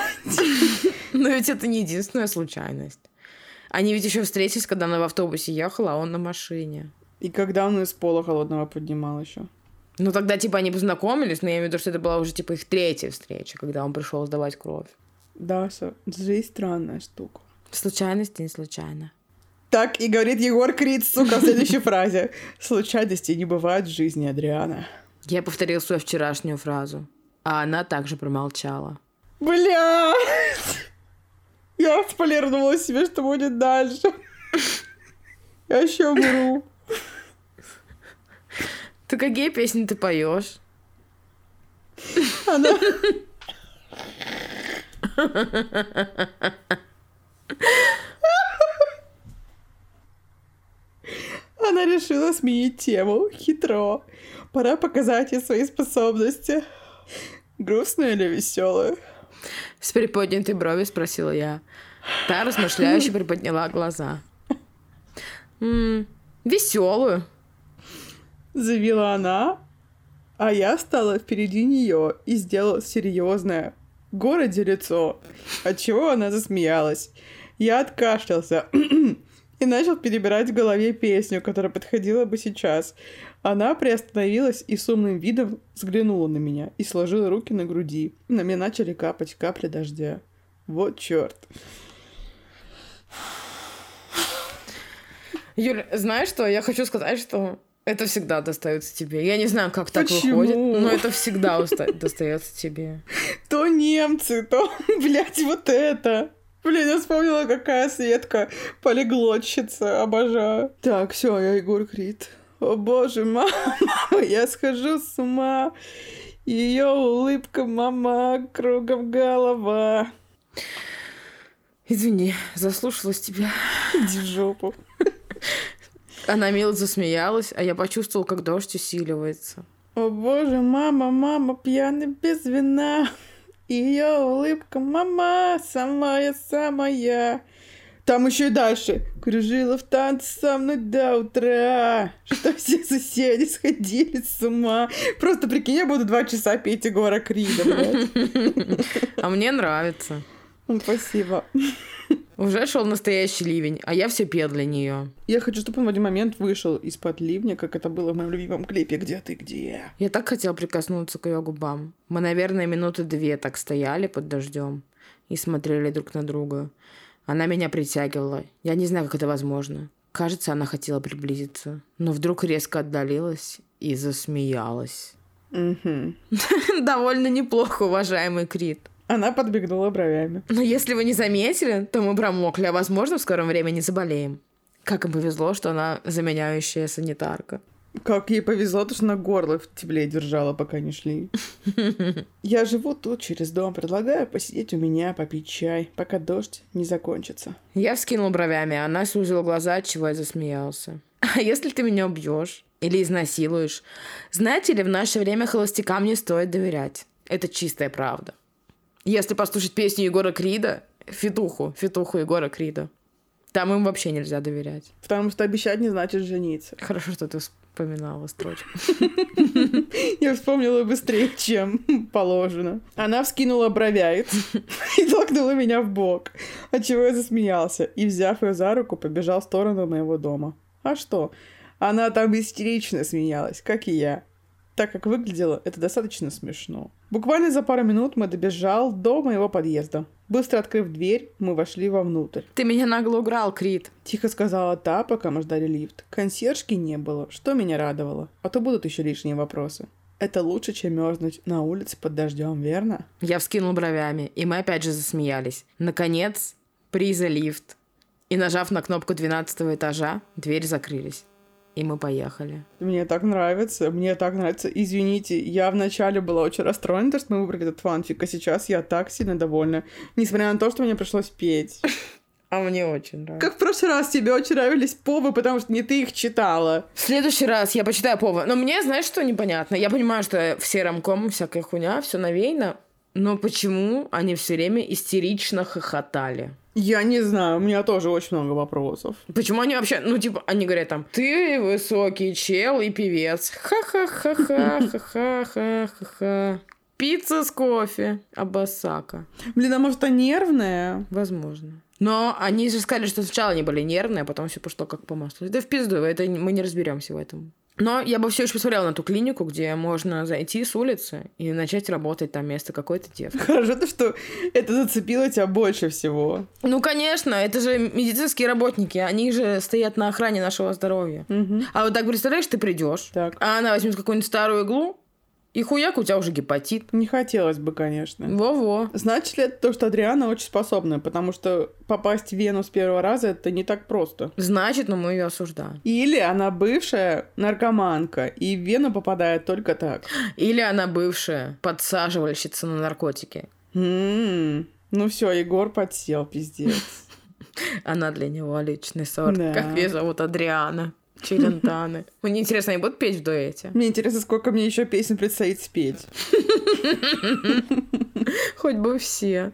Speaker 2: Но ведь это не единственная случайность. Они ведь еще встретились, когда она в автобусе ехала, а он на машине.
Speaker 1: И когда он из пола холодного поднимал еще?
Speaker 2: Ну тогда типа они познакомились, но я имею в виду, что это была уже типа их третья встреча, когда он пришел сдавать кровь.
Speaker 1: Даша, жизнь странная штука.
Speaker 2: Случайность не случайно.
Speaker 1: Так и говорит Егор Крид, сука, в следующей фразе. Случайностей не бывает в жизни, Адриана.
Speaker 2: Я повторил свою вчерашнюю фразу, а она также промолчала.
Speaker 1: Бля! Я сполернула себе, что будет дальше. Я еще умру.
Speaker 2: Ты какие песни ты поешь?
Speaker 1: Она... Она решила сменить тему. Хитро. Пора показать ей свои способности. Грустную или веселую?
Speaker 2: С приподнятой бровью спросила я. Та размышляюще приподняла глаза. веселую.
Speaker 1: Завела она, а я стала впереди нее и сделала серьезное городе лицо, от чего она засмеялась. Я откашлялся [clears throat] и начал перебирать в голове песню, которая подходила бы сейчас. Она приостановилась и с умным видом взглянула на меня и сложила руки на груди. На меня начали капать капли дождя. Вот черт.
Speaker 2: Юль, знаешь что? Я хочу сказать, что это всегда достается тебе. Я не знаю, как так
Speaker 1: Почему?
Speaker 2: выходит, но это всегда уста- достается тебе.
Speaker 1: То немцы, то, [laughs] блядь, вот это. Блин, я вспомнила, какая Светка полиглотщица. Обожаю. Так, все, я Егор Крид. О боже, [laughs] мама, я схожу с ума. Ее улыбка, мама, кругом голова.
Speaker 2: Извини, заслушалась тебя.
Speaker 1: Иди в жопу.
Speaker 2: Она мило засмеялась, а я почувствовал, как дождь усиливается.
Speaker 1: О боже, мама, мама, пьяный без вина. Ее улыбка, мама, самая-самая. Там еще и дальше. Кружила в танце со мной до утра. Что все соседи сходили с ума. Просто прикинь, я буду два часа петь Егора Крида, блядь. [laughs]
Speaker 2: А мне нравится.
Speaker 1: Ну, Спасибо.
Speaker 2: Уже шел настоящий ливень, а я все пел для нее.
Speaker 1: Я хочу, чтобы он в один момент вышел из-под ливня, как это было в моем любимом клипе «Где ты, где я?».
Speaker 2: Я так хотел прикоснуться к ее губам. Мы, наверное, минуты две так стояли под дождем и смотрели друг на друга. Она меня притягивала. Я не знаю, как это возможно. Кажется, она хотела приблизиться, но вдруг резко отдалилась и засмеялась. [laughs]
Speaker 1: Мгм.
Speaker 2: Довольно неплохо, уважаемый Крит.
Speaker 1: Она подбегнула бровями.
Speaker 2: Но если вы не заметили, то мы промокли, а возможно, в скором времени заболеем. Как им повезло, что она заменяющая санитарка.
Speaker 1: Как ей повезло, то что на горло в тепле держала, пока не шли. Я живу тут через дом, предлагаю посидеть у меня, попить чай, пока дождь не закончится.
Speaker 2: Я вскинул бровями, а она сузила глаза, от чего я засмеялся. А если ты меня убьешь или изнасилуешь? Знаете ли, в наше время холостякам не стоит доверять. Это чистая правда. Если послушать песню Егора Крида, Фитуху, Фитуху Егора Крида, там им вообще нельзя доверять.
Speaker 1: Потому что обещать не значит жениться.
Speaker 2: Хорошо, что ты вспоминала строчку.
Speaker 1: [laughs] Я вспомнила быстрее, чем положено. Она вскинула бровяет и толкнула меня в бок, отчего я засмеялся и, взяв ее за руку, побежал в сторону моего дома. А что? Она там истерично смеялась, как и я. Так как выглядело это достаточно смешно. Буквально за пару минут мы добежал до моего подъезда. Быстро открыв дверь, мы вошли вовнутрь.
Speaker 2: Ты меня нагло украл, Крид.
Speaker 1: Тихо сказала та, пока мы ждали лифт. Консьержки не было, что меня радовало. А то будут еще лишние вопросы. Это лучше, чем мерзнуть на улице под дождем, верно?
Speaker 2: Я вскинул бровями, и мы опять же засмеялись. Наконец, приза лифт. И нажав на кнопку 12 этажа, двери закрылись. И мы поехали.
Speaker 1: Мне так нравится, мне так нравится. Извините, я вначале была очень расстроена, то, что мы выбрали этот фанфик, а сейчас я так сильно довольна, несмотря на то, что мне пришлось петь.
Speaker 2: А мне очень нравится.
Speaker 1: [laughs] Как в прошлый раз тебе очень нравились повы, потому что не ты их читала.
Speaker 2: В следующий раз я почитаю Пова. Но мне, знаешь, что непонятно? Я понимаю, что все ромкомы, всякая хуйня, все новейно. Но почему они все время истерично хохотали?
Speaker 1: Я не знаю, у меня тоже очень много вопросов.
Speaker 2: Почему они вообще, ну, типа, они говорят там, ты высокий чел и певец. Ха-ха-ха-ха-ха-ха-ха-ха. Пицца с кофе. Абасака.
Speaker 1: Блин, а может, она нервная? [laughs]
Speaker 2: Возможно. Но они же сказали, что сначала они были нервные, а потом все пошло как по маслу. Да в пизду, это не- мы не разберемся в этом. Но я бы все еще посмотрела на ту клинику, где можно зайти с улицы и начать работать там вместо какой-то девки.
Speaker 1: Хорошо то, что это зацепило тебя больше всего.
Speaker 2: Ну, конечно, это же медицинские работники, они же стоят на охране нашего здоровья. А вот так представляешь, ты придешь,
Speaker 1: Так.
Speaker 2: а она возьмет какую-нибудь старую иглу, и хуяк, у тебя уже гепатит.
Speaker 1: Не хотелось бы, конечно.
Speaker 2: Во-во.
Speaker 1: Значит ли это то, что Адриана очень способная? Потому что попасть в Вену с первого раза это не так просто.
Speaker 2: Значит, но мы ее осуждаем.
Speaker 1: Или она бывшая наркоманка, и в Вену попадает только так.
Speaker 2: Или она бывшая подсаживальщица на наркотики.
Speaker 1: М, Ну все, Егор подсел, пиздец.
Speaker 2: Она для него личный сорт.
Speaker 1: Да.
Speaker 2: Как ее зовут? Адриана. [laughs] Челентаны. Мне интересно, они будут петь в дуэте?
Speaker 1: Мне интересно, сколько мне еще песен предстоит спеть.
Speaker 2: Хоть бы все.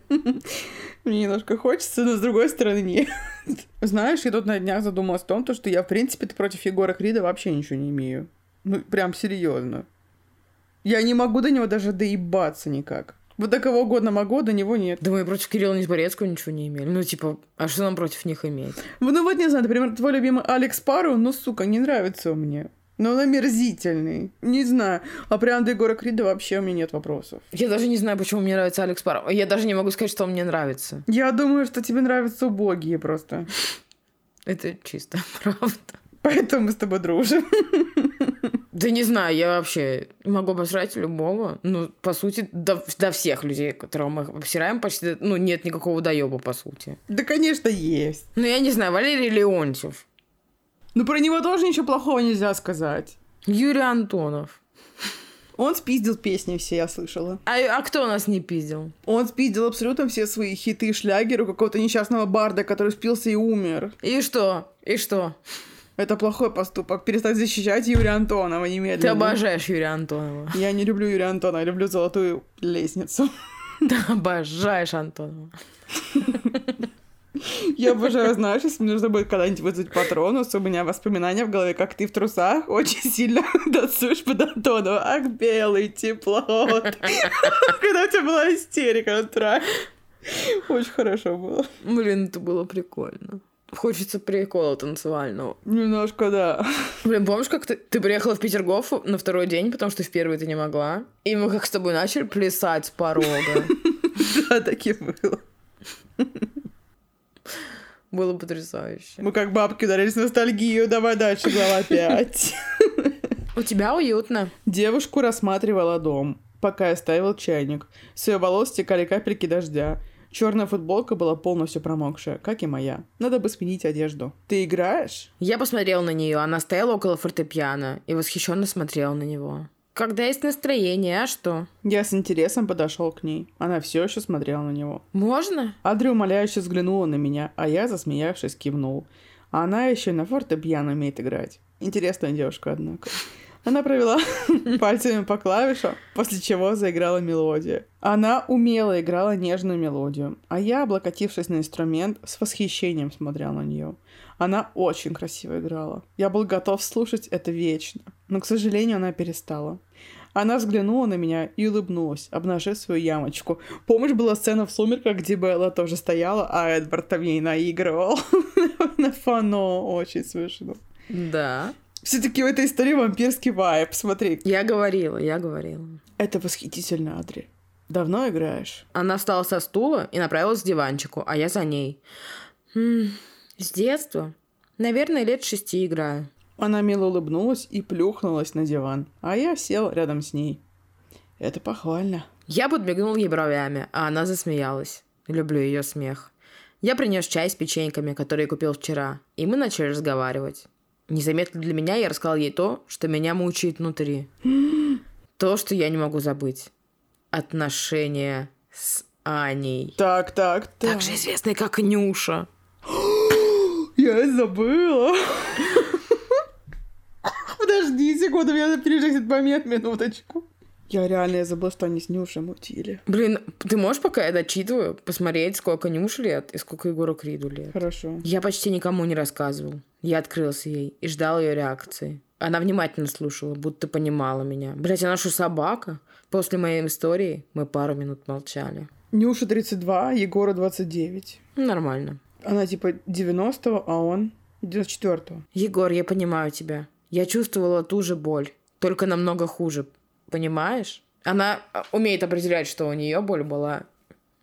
Speaker 1: Мне немножко хочется, но с другой стороны нет. Знаешь, я тут на днях задумалась о том, то, что я, в принципе, против Егора Крида вообще ничего не имею. Ну, прям серьезно. Я не могу до него даже доебаться никак. Вот до кого угодно могу, до него нет.
Speaker 2: Да мы против Кирилла Низборецкого ничего не имели. Ну, типа, а что нам против них иметь?
Speaker 1: Ну ну вот не знаю, например, твой любимый Алекс Пару, ну, сука, не нравится он мне. Но он омерзительный. Не знаю. А прям до Егора Крида вообще у меня нет вопросов.
Speaker 2: Я даже не знаю, почему мне нравится Алекс Паров. Я даже не могу сказать, что он мне нравится.
Speaker 1: Я думаю, что тебе нравятся убогие просто. [laughs]
Speaker 2: Это чисто [laughs] правда.
Speaker 1: Поэтому мы с тобой дружим.
Speaker 2: Да не знаю, я вообще могу обосрать любого. Ну, по сути, до, до всех людей, которых мы обсираем, почти, ну, нет никакого доеба, по сути.
Speaker 1: Да, конечно, есть.
Speaker 2: Ну, я не знаю, Валерий Леонтьев,
Speaker 1: Но Ну, про него тоже ничего плохого нельзя сказать.
Speaker 2: Юрий Антонов.
Speaker 1: Он спиздил песни все, я слышала.
Speaker 2: А, а кто нас не пиздил?
Speaker 1: Он спиздил абсолютно все свои хиты и шлягеры у какого-то несчастного барда, который спился и умер.
Speaker 2: И что? И что?
Speaker 1: Это плохой поступок. Перестать защищать Юрия Антонова немедленно.
Speaker 2: Ты обожаешь Юрия Антонова.
Speaker 1: Я не люблю Юрия Антонова, я люблю золотую лестницу.
Speaker 2: Ты [laughs] обожаешь Антонова.
Speaker 1: Я обожаю, знаешь, если мне нужно будет когда-нибудь вызвать патронус, у меня воспоминания в голове, как ты в трусах очень сильно [laughs] танцуешь под Антонова. Ах, белый теплот. [laughs] Когда у тебя была истерика от страха. Очень хорошо было.
Speaker 2: Блин, это было прикольно. Хочется прикола танцевального.
Speaker 1: Немножко, да. [laughs]
Speaker 2: Блин, помнишь, как ты, ты приехала в Петергоф на второй день, потому что в первый ты не могла? И мы как с тобой начали плясать с порога.
Speaker 1: Да, так и было.
Speaker 2: Было потрясающе.
Speaker 1: Мы как бабки ударились в ностальгию. Давай дальше, глава 5.
Speaker 2: У тебя уютно.
Speaker 1: Девушку рассматривала дом, пока я ставил чайник. С ее волос стекали капельки дождя. Черная футболка была полностью промокшая, как и моя. Надо бы сменить одежду. Ты играешь?
Speaker 2: Я посмотрела на нее, она стояла около фортепиано и восхищенно смотрела на него. Когда есть настроение, а что?
Speaker 1: Я с интересом подошел к ней. Она все еще смотрела на него.
Speaker 2: Можно?
Speaker 1: Адри умоляюще взглянула на меня, а я, засмеявшись, кивнул. А она еще и на фортепиано умеет играть. Интересная девушка, однако. Она провела [laughs] пальцами по клавишам, после чего заиграла мелодию. Она умело играла нежную мелодию, а я, облокотившись на инструмент, с восхищением смотрел на нее. Она очень красиво играла. Я был готов слушать это вечно, но, к сожалению, она перестала. Она взглянула на меня и улыбнулась, обнажив свою ямочку. Помнишь, была сцена в «Сумерках», где Белла тоже стояла, а Эдвард там ей наигрывал [laughs] на фано. Очень смешно.
Speaker 2: Да.
Speaker 1: Все-таки в этой истории вампирский вайб, смотри.
Speaker 2: Я говорила, я говорила.
Speaker 1: Это восхитительно, Адри. Давно играешь?
Speaker 2: Она встала со стула и направилась к диванчику, а я за ней. «М, с детства. Наверное, лет шести играю.
Speaker 1: Она мило улыбнулась и плюхнулась на диван, а я сел рядом с ней. Это похвально.
Speaker 2: Я подмигнул ей бровями, а она засмеялась. Люблю ее смех. Я принес чай с печеньками, которые купил вчера, и мы начали разговаривать. Незаметно для меня я рассказал ей то, что меня мучает внутри. [gasps] То, что я не могу забыть. Отношения с Аней.
Speaker 1: Так, так, так.
Speaker 2: Также известной как Нюша.
Speaker 1: Я и забыла. [laughs] Подожди секунду, мне надо пережить этот момент, минуточку. Я реально я забыла, что они с Нюшей мутили.
Speaker 2: Блин, ты можешь, пока я дочитываю, посмотреть, сколько Нюше лет и сколько Егору Криду лет?
Speaker 1: Хорошо.
Speaker 2: Я почти никому не рассказывал. Я открылся ей и ждал ее реакции. Она внимательно слушала, будто понимала меня. Блять, она что, собака? После моей истории мы пару минут молчали.
Speaker 1: Нюша 32, Егора 29.
Speaker 2: Ну, Нормально.
Speaker 1: Она типа 90-го, а он 94-го.
Speaker 2: Егор, я понимаю тебя. Я чувствовала ту же боль, только намного хуже. Понимаешь? Она э, умеет определять, что у нее боль была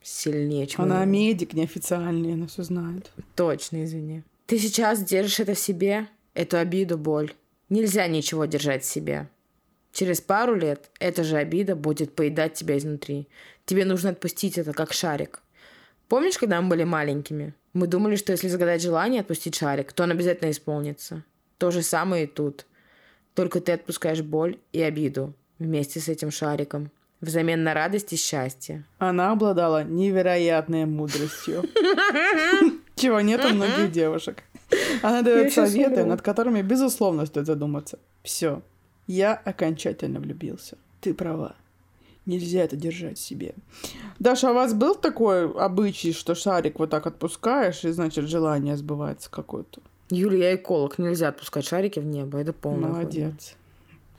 Speaker 2: сильнее, чем у
Speaker 1: Она
Speaker 2: меня.
Speaker 1: медик неофициальный, она все знает.
Speaker 2: Точно, извини. Ты сейчас держишь это в себе, эту обиду, боль. Нельзя ничего держать в себе. Через пару лет эта же обида будет поедать тебя изнутри. Тебе нужно отпустить это, как шарик. Помнишь, когда мы были маленькими? Мы думали, что если загадать желание отпустить шарик, то он обязательно исполнится. То же самое и тут. Только ты отпускаешь боль и обиду вместе с этим шариком. Взамен на радость и счастье.
Speaker 1: Она обладала невероятной мудростью. Чего нет у многих девушек. Она дает
Speaker 2: щас
Speaker 1: советы,
Speaker 2: умру.
Speaker 1: над которыми, безусловно, стоит задуматься. Все. Я окончательно влюбился. Ты права. Нельзя это держать в себе. Даша, а у вас был такой обычай, что шарик вот так отпускаешь, и значит желание сбывается какое-то?
Speaker 2: Юлия, я эколог. Нельзя отпускать шарики в небо. Это полная хуйня.
Speaker 1: Молодец.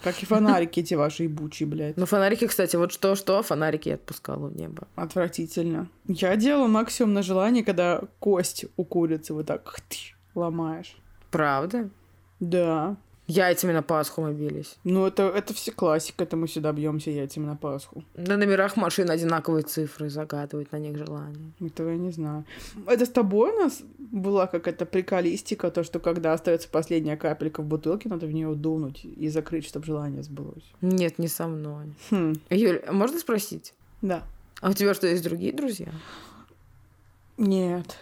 Speaker 1: Как и фонарики эти ваши ебучие, блядь.
Speaker 2: Ну, фонарики, кстати, вот что-что, фонарики я отпускала в небо.
Speaker 1: Отвратительно. Я делала максимум на желание, когда кость у курицы вот так хтыщ, ломаешь.
Speaker 2: Правда?
Speaker 1: Да.
Speaker 2: Яйцами на Пасху мы бились.
Speaker 1: Ну, это, это все классика, это мы сюда бьемся яйцами на Пасху.
Speaker 2: На номерах машин одинаковые цифры загадывать на них желание.
Speaker 1: Этого я не знаю. Это с тобой у нас была какая-то приколистика, то, что когда остается последняя капелька в бутылке, надо в нее дунуть и закрыть, чтобы желание сбылось.
Speaker 2: Нет, не со мной.
Speaker 1: Хм,
Speaker 2: Юль, а можно спросить?
Speaker 1: да.
Speaker 2: А у тебя что, есть другие друзья?
Speaker 1: Нет.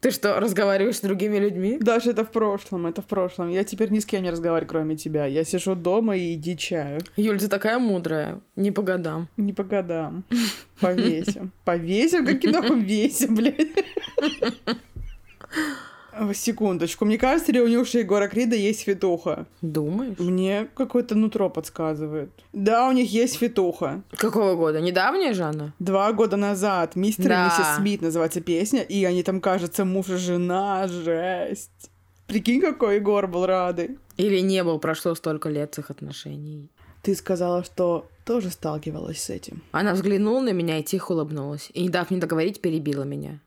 Speaker 2: Ты что, разговариваешь с другими людьми?
Speaker 1: Даже это в прошлом, это в прошлом. Я теперь ни с кем не разговариваю, кроме тебя. Я сижу дома и дичаю.
Speaker 2: Юль, ты такая мудрая. Не по годам.
Speaker 1: Не по годам. Повесим. Повесим? Каким нахуй весим, блядь? [laughs] Э, Секундочку. Мне кажется, ли у Нюши и Егора Крида есть фитуха?
Speaker 2: Думаешь?
Speaker 1: Мне какое-то нутро подсказывает. Да, у них есть фитуха.
Speaker 2: Какого года? Недавняя же она?
Speaker 1: Два года назад «Мистер
Speaker 2: Да.
Speaker 1: и миссис Смит» называется песня, и они там, кажется, муж и жена. Жесть. Прикинь, какой Егор был рады.
Speaker 2: Или не был, прошло столько лет их отношений.
Speaker 1: Ты сказала, что тоже сталкивалась с этим.
Speaker 2: Она взглянула на меня и тихо улыбнулась. И, не дав мне договорить, перебила меня.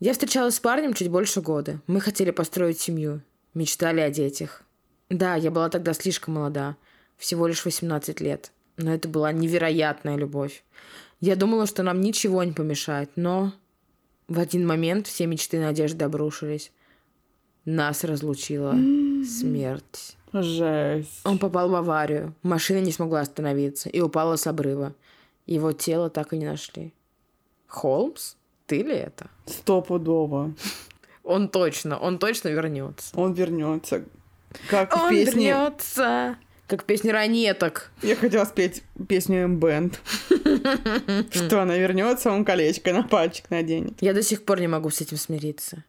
Speaker 2: Я встречалась с парнем чуть больше года. Мы хотели построить семью. Мечтали о детях. Да, я была тогда слишком молода. Всего лишь 18 лет. Но это была невероятная любовь. Я думала, что нам ничего не помешает, но... В один момент все мечты и надежды обрушились. Нас разлучила смерть.
Speaker 1: Жесть.
Speaker 2: Он попал в аварию. Машина не смогла остановиться и упала с обрыва. Его тело так и не нашли. Холмс? Ты ли это?
Speaker 1: Стопудово.
Speaker 2: Он точно, он точно вернется.
Speaker 1: Он вернется. Как в
Speaker 2: Он
Speaker 1: песне...
Speaker 2: вернется! Как в песне ранеток.
Speaker 1: Я хотела спеть песню
Speaker 2: [laughs]
Speaker 1: М-бенд. Что она вернется, он колечко на пальчик наденет.
Speaker 2: Я до сих пор не могу с этим смириться.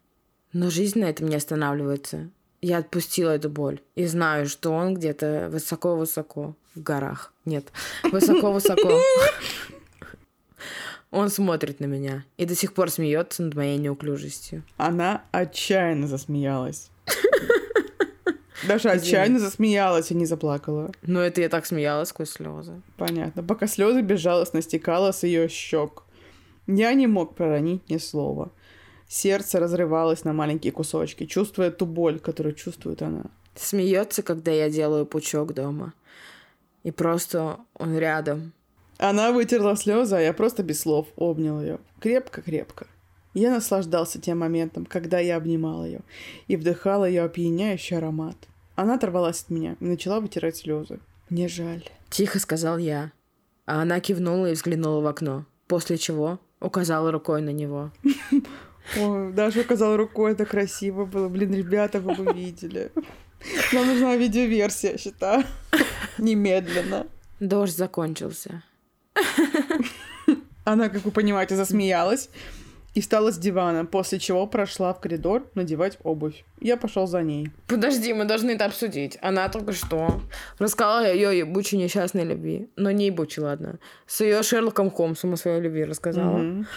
Speaker 2: Но жизнь на этом не останавливается. Я отпустила эту боль и знаю, что он где-то высоко-высоко в горах. Нет, высоко-высоко. Он смотрит на меня и до сих пор смеется над моей неуклюжестью.
Speaker 1: Она отчаянно
Speaker 2: [laughs]
Speaker 1: засмеялась. Даже
Speaker 2: Извини.
Speaker 1: отчаянно засмеялась и не заплакала.
Speaker 2: Но это я так смеялась сквозь слезы.
Speaker 1: Понятно. Пока слезы безжалостно стекала с ее щек. Я не мог проронить ни слова. Сердце разрывалось на маленькие кусочки, чувствуя ту боль, которую чувствует она.
Speaker 2: Смеется, когда я делаю пучок дома. И просто он рядом.
Speaker 1: Она вытерла слезы, а я просто без слов обнял ее. Крепко-крепко. Я наслаждался тем моментом, когда я обнимал ее и вдыхал ее опьяняющий аромат. Она оторвалась от меня и начала вытирать слезы. Мне жаль.
Speaker 2: Тихо сказал я. А она кивнула и взглянула в окно. После чего указала рукой на него.
Speaker 1: Ой, Даша указала рукой, это красиво было. Блин, ребята, вы бы видели. Нам нужна видеоверсия, я считаю. Немедленно.
Speaker 2: Дождь закончился.
Speaker 1: Она, как вы понимаете, засмеялась и встала с дивана, после чего прошла в коридор надевать обувь. Я пошел за ней.
Speaker 2: Подожди, мы должны это обсудить. Она только что рассказала о ее ебучей несчастной любви. Но не ебучей, ладно. С ее Шерлоком Холмсом о своей любви рассказала.
Speaker 1: Мгм.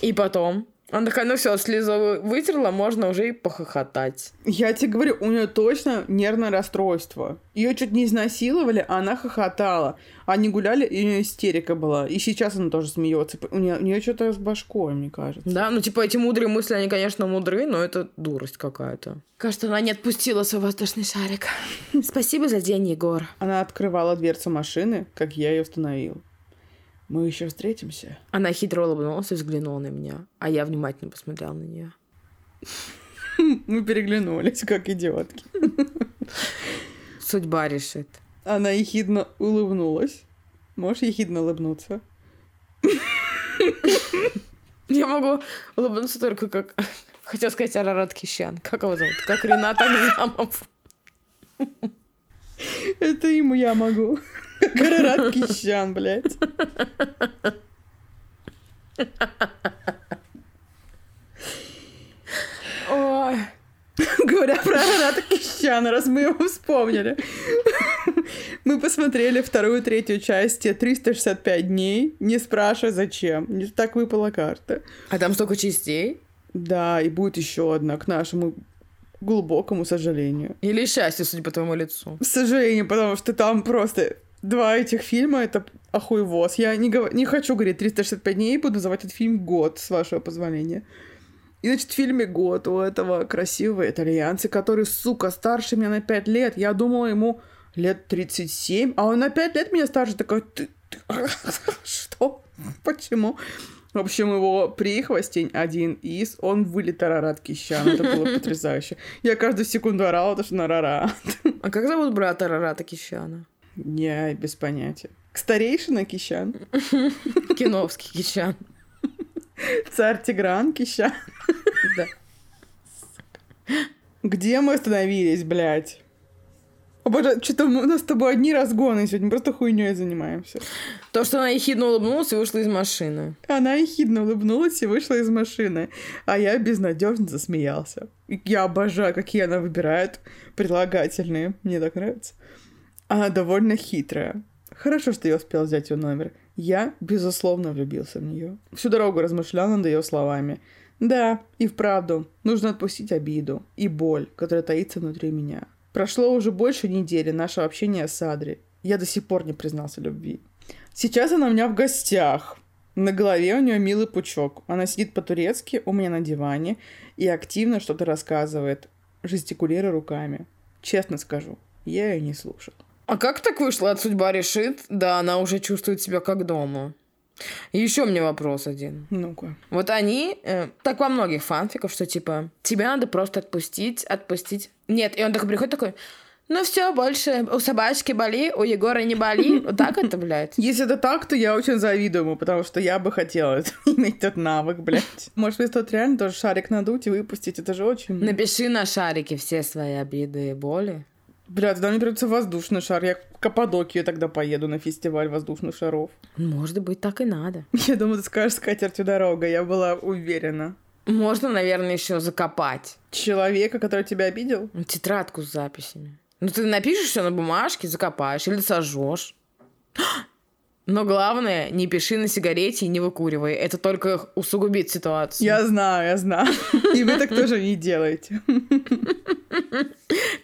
Speaker 2: И потом... Она такая, ну все, слезу вы- вытерла, можно уже и похохотать.
Speaker 1: Я тебе говорю, у нее точно нервное расстройство. Ее чуть не изнасиловали, а она хохотала. Они гуляли, и у нее истерика была. И сейчас она тоже смеется. У нее, у нее что-то с башкой, мне кажется.
Speaker 2: Да, ну типа эти мудрые мысли, они, конечно, мудры, но это дурость какая-то. Кажется, она не отпустила свой воздушный шарик. [laughs] Спасибо за день, Егор.
Speaker 1: Она открывала дверцу машины, как я ее установил. Мы еще встретимся. [laughs]
Speaker 2: Она хитро улыбнулась и взглянула на меня, а я внимательно посмотрела на нее.
Speaker 1: Мы переглянулись, как идиотки.
Speaker 2: Судьба решит.
Speaker 1: Она ехидно улыбнулась. Можешь ехидно улыбнуться?
Speaker 2: Я могу улыбнуться только как... [laughs] Хотела сказать Арарат Кищан. Как его зовут? Как Ренат Агзамов.
Speaker 1: Это ему я могу. [laughs] Карарат Кищан, блядь. [laughs]
Speaker 2: [laughs] Ой.
Speaker 1: Говоря про Арарата Кищана, раз мы его вспомнили. [laughs] Мы посмотрели вторую и третью части 365 дней, не спрашивая зачем. Не так выпала карта.
Speaker 2: А там столько частей?
Speaker 1: Да, и будет еще одна к нашему глубокому сожалению.
Speaker 2: Или счастье, судя по твоему лицу.
Speaker 1: К сожалению, потому что там просто два этих фильма — это охуевоз. Я не, гов- не хочу говорить 365 дней, буду называть этот фильм «Год», с вашего позволения. И, значит, в фильме «Год» у этого красивого итальянца, который, сука, старше меня на 5 лет. Я думала ему лет 37, а он на 5 лет меня старше. Такой, ты, ты, [laughs] что? Почему? В общем, его прихвостень один из, он вылет Арарат Кищан. Это было потрясающе. Я каждую секунду орала, потому что он Арарат.
Speaker 2: А как зовут брата Рарата Кищана?
Speaker 1: Я без понятия. К старейшина Кищан.
Speaker 2: Киновский Кищан.
Speaker 1: Царь Тигран Кищан.
Speaker 2: Да.
Speaker 1: Где мы остановились, блядь? О боже, что-то у нас с тобой одни разгоны сегодня, просто хуйней занимаемся.
Speaker 2: То, что она ехидно улыбнулась и вышла из машины.
Speaker 1: Она ехидно улыбнулась и вышла из машины, а я безнадежно засмеялся. Я обожаю, какие она выбирает прилагательные, мне так нравится. Она довольно хитрая. Хорошо, что я успел взять ее номер. Я, безусловно, влюбился в нее. Всю дорогу размышлял над ее словами. Да, и вправду, нужно отпустить обиду и боль, которая таится внутри меня. Прошло уже больше недели нашего общения с Адри. Я до сих пор не признался в любви. Сейчас она у меня в гостях. На голове у нее милый пучок. Она сидит по-турецки у меня на диване и активно что-то рассказывает, жестикулируя руками. Честно скажу, я ее не слушал.
Speaker 2: А как так вышло? От судьба решит, да, она уже чувствует себя как дома. Еще мне вопрос один.
Speaker 1: Ну-ка.
Speaker 2: Вот они, э, так во многих фанфиков, что типа, тебя надо просто отпустить, отпустить. Нет, и он такой приходит такой, ну все, больше у собачки боли, у Егора не боли. Вот так это, блядь?
Speaker 1: Если это так, то я очень завидую ему, потому что я бы хотела [laughs] это- иметь этот навык, блядь. Может, мне стоит реально тоже шарик надуть и выпустить? Это же очень...
Speaker 2: Напиши на шарике все свои обиды и боли.
Speaker 1: Бля, тогда мне придется воздушный шар. Я в Каппадокию тогда поеду на фестиваль воздушных шаров. [laughs]
Speaker 2: Может быть, так и надо.
Speaker 1: Я думаю, ты скажешь скатертью дорога. Я была уверена.
Speaker 2: Можно, наверное, еще закопать Ну,
Speaker 1: Человека, который тебя обидел?
Speaker 2: тетрадку с записями. Ну, ты напишешь все на бумажке, закопаешь или сожжешь. [gasps] Но главное, не пиши на сигарете и не выкуривай. Это только усугубит ситуацию.
Speaker 1: Я знаю, я знаю. И вы так тоже не делаете.
Speaker 2: [laughs]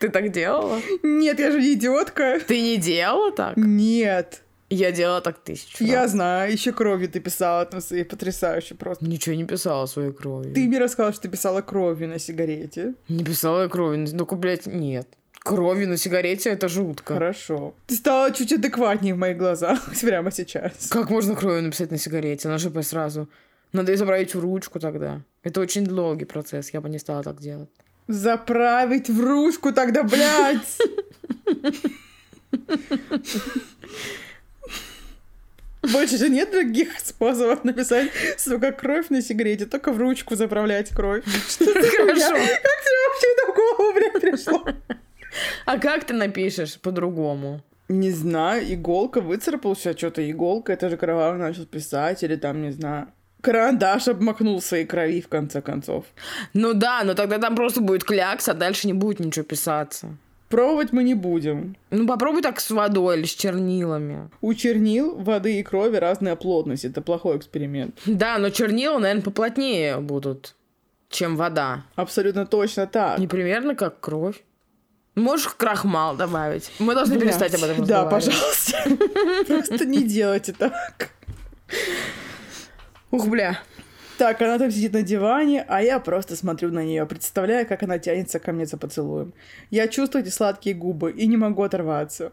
Speaker 2: Ты так делала?
Speaker 1: Нет, я же не идиотка.
Speaker 2: Ты не делала так?
Speaker 1: Нет.
Speaker 2: Я делала так тысячу
Speaker 1: Я
Speaker 2: раз.
Speaker 1: знаю, еще кровью ты писала там свои потрясающе просто.
Speaker 2: Ничего не писала своей кровью.
Speaker 1: Ты мне рассказала, что ты писала кровью на сигарете.
Speaker 2: Не писала я кровью. Ну, блядь, нет. Кровью на сигарете это жутко.
Speaker 1: Хорошо. Ты стала чуть адекватнее в моих глазах [laughs] прямо сейчас.
Speaker 2: Как можно кровью написать на сигарете? Она же по- сразу. Надо изобразить ручку тогда. Это очень долгий процесс, я бы не стала так
Speaker 1: [laughs]
Speaker 2: делать.
Speaker 1: Заправить в ручку тогда, блядь! Больше же нет других способов написать, сука, кровь на сигарете, только в ручку заправлять кровь. Что ты
Speaker 2: Хорошо.
Speaker 1: хуя? Как тебе вообще это в голову, блядь, пришло?
Speaker 2: А как ты напишешь по-другому?
Speaker 1: Не знаю, иголка выцарапал у себя что-то иголка, это же кровавый начал писать, или там, не знаю, карандаш обмакнул своей крови, в конце концов.
Speaker 2: Ну да, но тогда там просто будет клякса, а дальше не будет ничего писаться.
Speaker 1: Пробовать мы не будем.
Speaker 2: Ну попробуй так с водой или с чернилами.
Speaker 1: У чернил, воды и крови разная плотность. Это плохой эксперимент.
Speaker 2: Да, но чернила, наверное, поплотнее будут, чем вода.
Speaker 1: Абсолютно точно так.
Speaker 2: Не примерно как кровь. А Можешь крахмал добавить. Мы должны
Speaker 1: Блядь.
Speaker 2: перестать об этом
Speaker 1: Да,
Speaker 2: разговаривать.
Speaker 1: пожалуйста. [laughs] Просто не делайте так.
Speaker 2: Ух, бля.
Speaker 1: Так, она там сидит на диване, а я просто смотрю на нее, представляя, как она тянется ко мне за поцелуем. Я чувствую эти сладкие губы и не могу оторваться.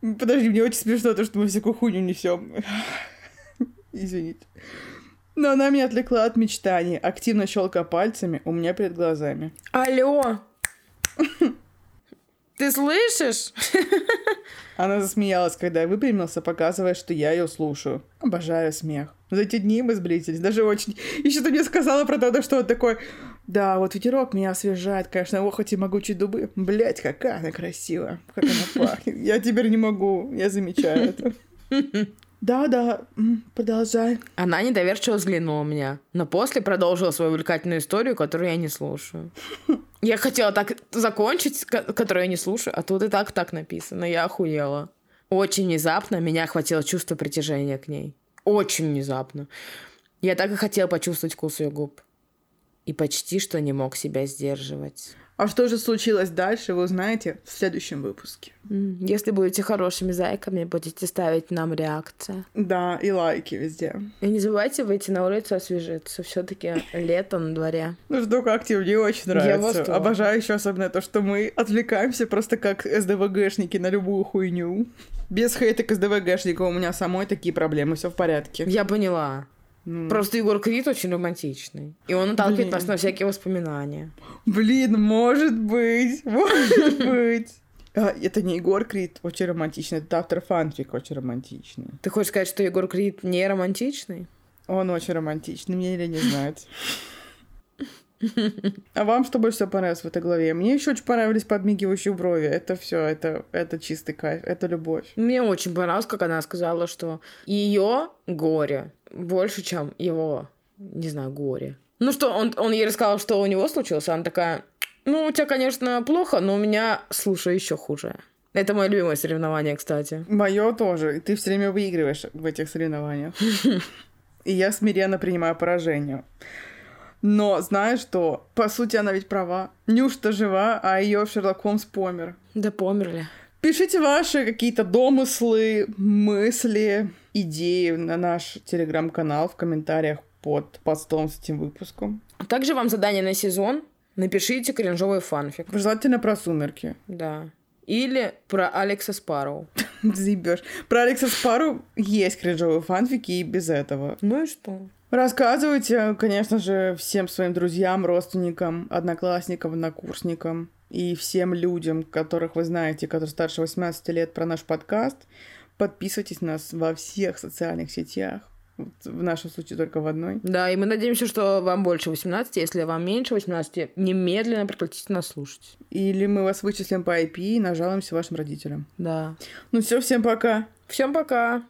Speaker 1: Подожди, мне очень смешно то, что мы всякую хуйню несем. [laughs] Извините. Но она меня отвлекла от мечтаний, активно щелкая пальцами у меня перед глазами.
Speaker 2: Алло. [laughs] Ты слышишь?
Speaker 1: Она засмеялась, когда я выпрямился, показывая, что я ее слушаю. Обожаю смех. За эти дни мы сблизились, даже очень. Еще ты мне сказала про то, что он такой... Да, вот ветерок меня освежает, конечно, ох эти могучие дубы. Блять, какая она красивая, как она пахнет. Я теперь не могу, я замечаю это. Да-да, м, продолжай.
Speaker 2: Она недоверчиво взглянула на меня, но после продолжила свою увлекательную историю, которую я не [laughs] слушаю. Я хотела так закончить, ко- которую я не слушаю, а тут и так так написано. Я охуела. Очень внезапно меня охватило чувство притяжения к ней. Очень внезапно. Я так и хотела почувствовать вкус ее губ. и почти что не мог себя сдерживать.
Speaker 1: А что же случилось дальше, вы узнаете в следующем выпуске.
Speaker 2: М, Если будете хорошими зайками, будете ставить нам реакции.
Speaker 1: Да, и лайки везде.
Speaker 2: И не забывайте выйти на улицу освежиться. все таки лето на дворе.
Speaker 1: Ну что, как тебе? Мне очень
Speaker 2: Я в
Speaker 1: нравится.
Speaker 2: восторге.
Speaker 1: Обожаю еще особенно то, что мы отвлекаемся просто как СДВГшники на любую хуйню. Без хейта к СДВГшнику у меня самой такие проблемы, все в порядке.
Speaker 2: Я поняла.
Speaker 1: Ну,
Speaker 2: Просто Егор Крид очень романтичный. И он наталкивает
Speaker 1: Блин.
Speaker 2: нас на всякие воспоминания.
Speaker 1: Блин, может быть, [laughs] может быть. А, Это не Егор Крид, очень романтичный, это автор фанфик, очень романтичный.
Speaker 2: Ты хочешь сказать, что Егор Крид не романтичный?
Speaker 1: Он очень романтичный, мне или не знать. А вам что больше всего понравилось в этой главе? Мне еще очень понравились подмигивающие брови. Это все, это, это чистый кайф, это любовь.
Speaker 2: Мне очень понравилось, как она сказала, что ее горе больше, чем его, не знаю, горе. Ну что, он, он ей рассказал, что у него случилось, а она такая, ну, у тебя, конечно, плохо, но у меня, слушай, еще хуже. Это мое любимое соревнование, кстати.
Speaker 1: Мое тоже. И ты все время выигрываешь в этих соревнованиях. И я смиренно принимаю поражение. Но знаешь что? По сути, она ведь права. Нюшта жива, а ее Шерлок Холмс помер.
Speaker 2: Да померли.
Speaker 1: Пишите ваши какие-то домыслы, мысли, идеи на наш телеграм-канал в комментариях под постом с этим выпуском.
Speaker 2: Также вам задание на сезон. Напишите кринжовый фанфик.
Speaker 1: Желательно про сумерки. [laughs]
Speaker 2: Да. Или про Алекса Спарроу.
Speaker 1: Заебешь. Про Алекса Спару есть кринжовые фанфики и без этого.
Speaker 2: Ну и что?
Speaker 1: Рассказывайте, э, конечно же, всем своим друзьям, родственникам, одноклассникам, однокурсникам и всем людям, которых вы знаете, которые старше 18 лет, про наш подкаст. Подписывайтесь на нас во всех социальных сетях. Вот В нашем случае только в одной.
Speaker 2: Да, и мы надеемся, что вам больше 18. Если вам меньше 18, немедленно прекратите нас слушать.
Speaker 1: Или мы вас вычислим по IP и нажалуемся вашим родителям.
Speaker 2: Да.
Speaker 1: Ну все, всем пока.
Speaker 2: Всем пока!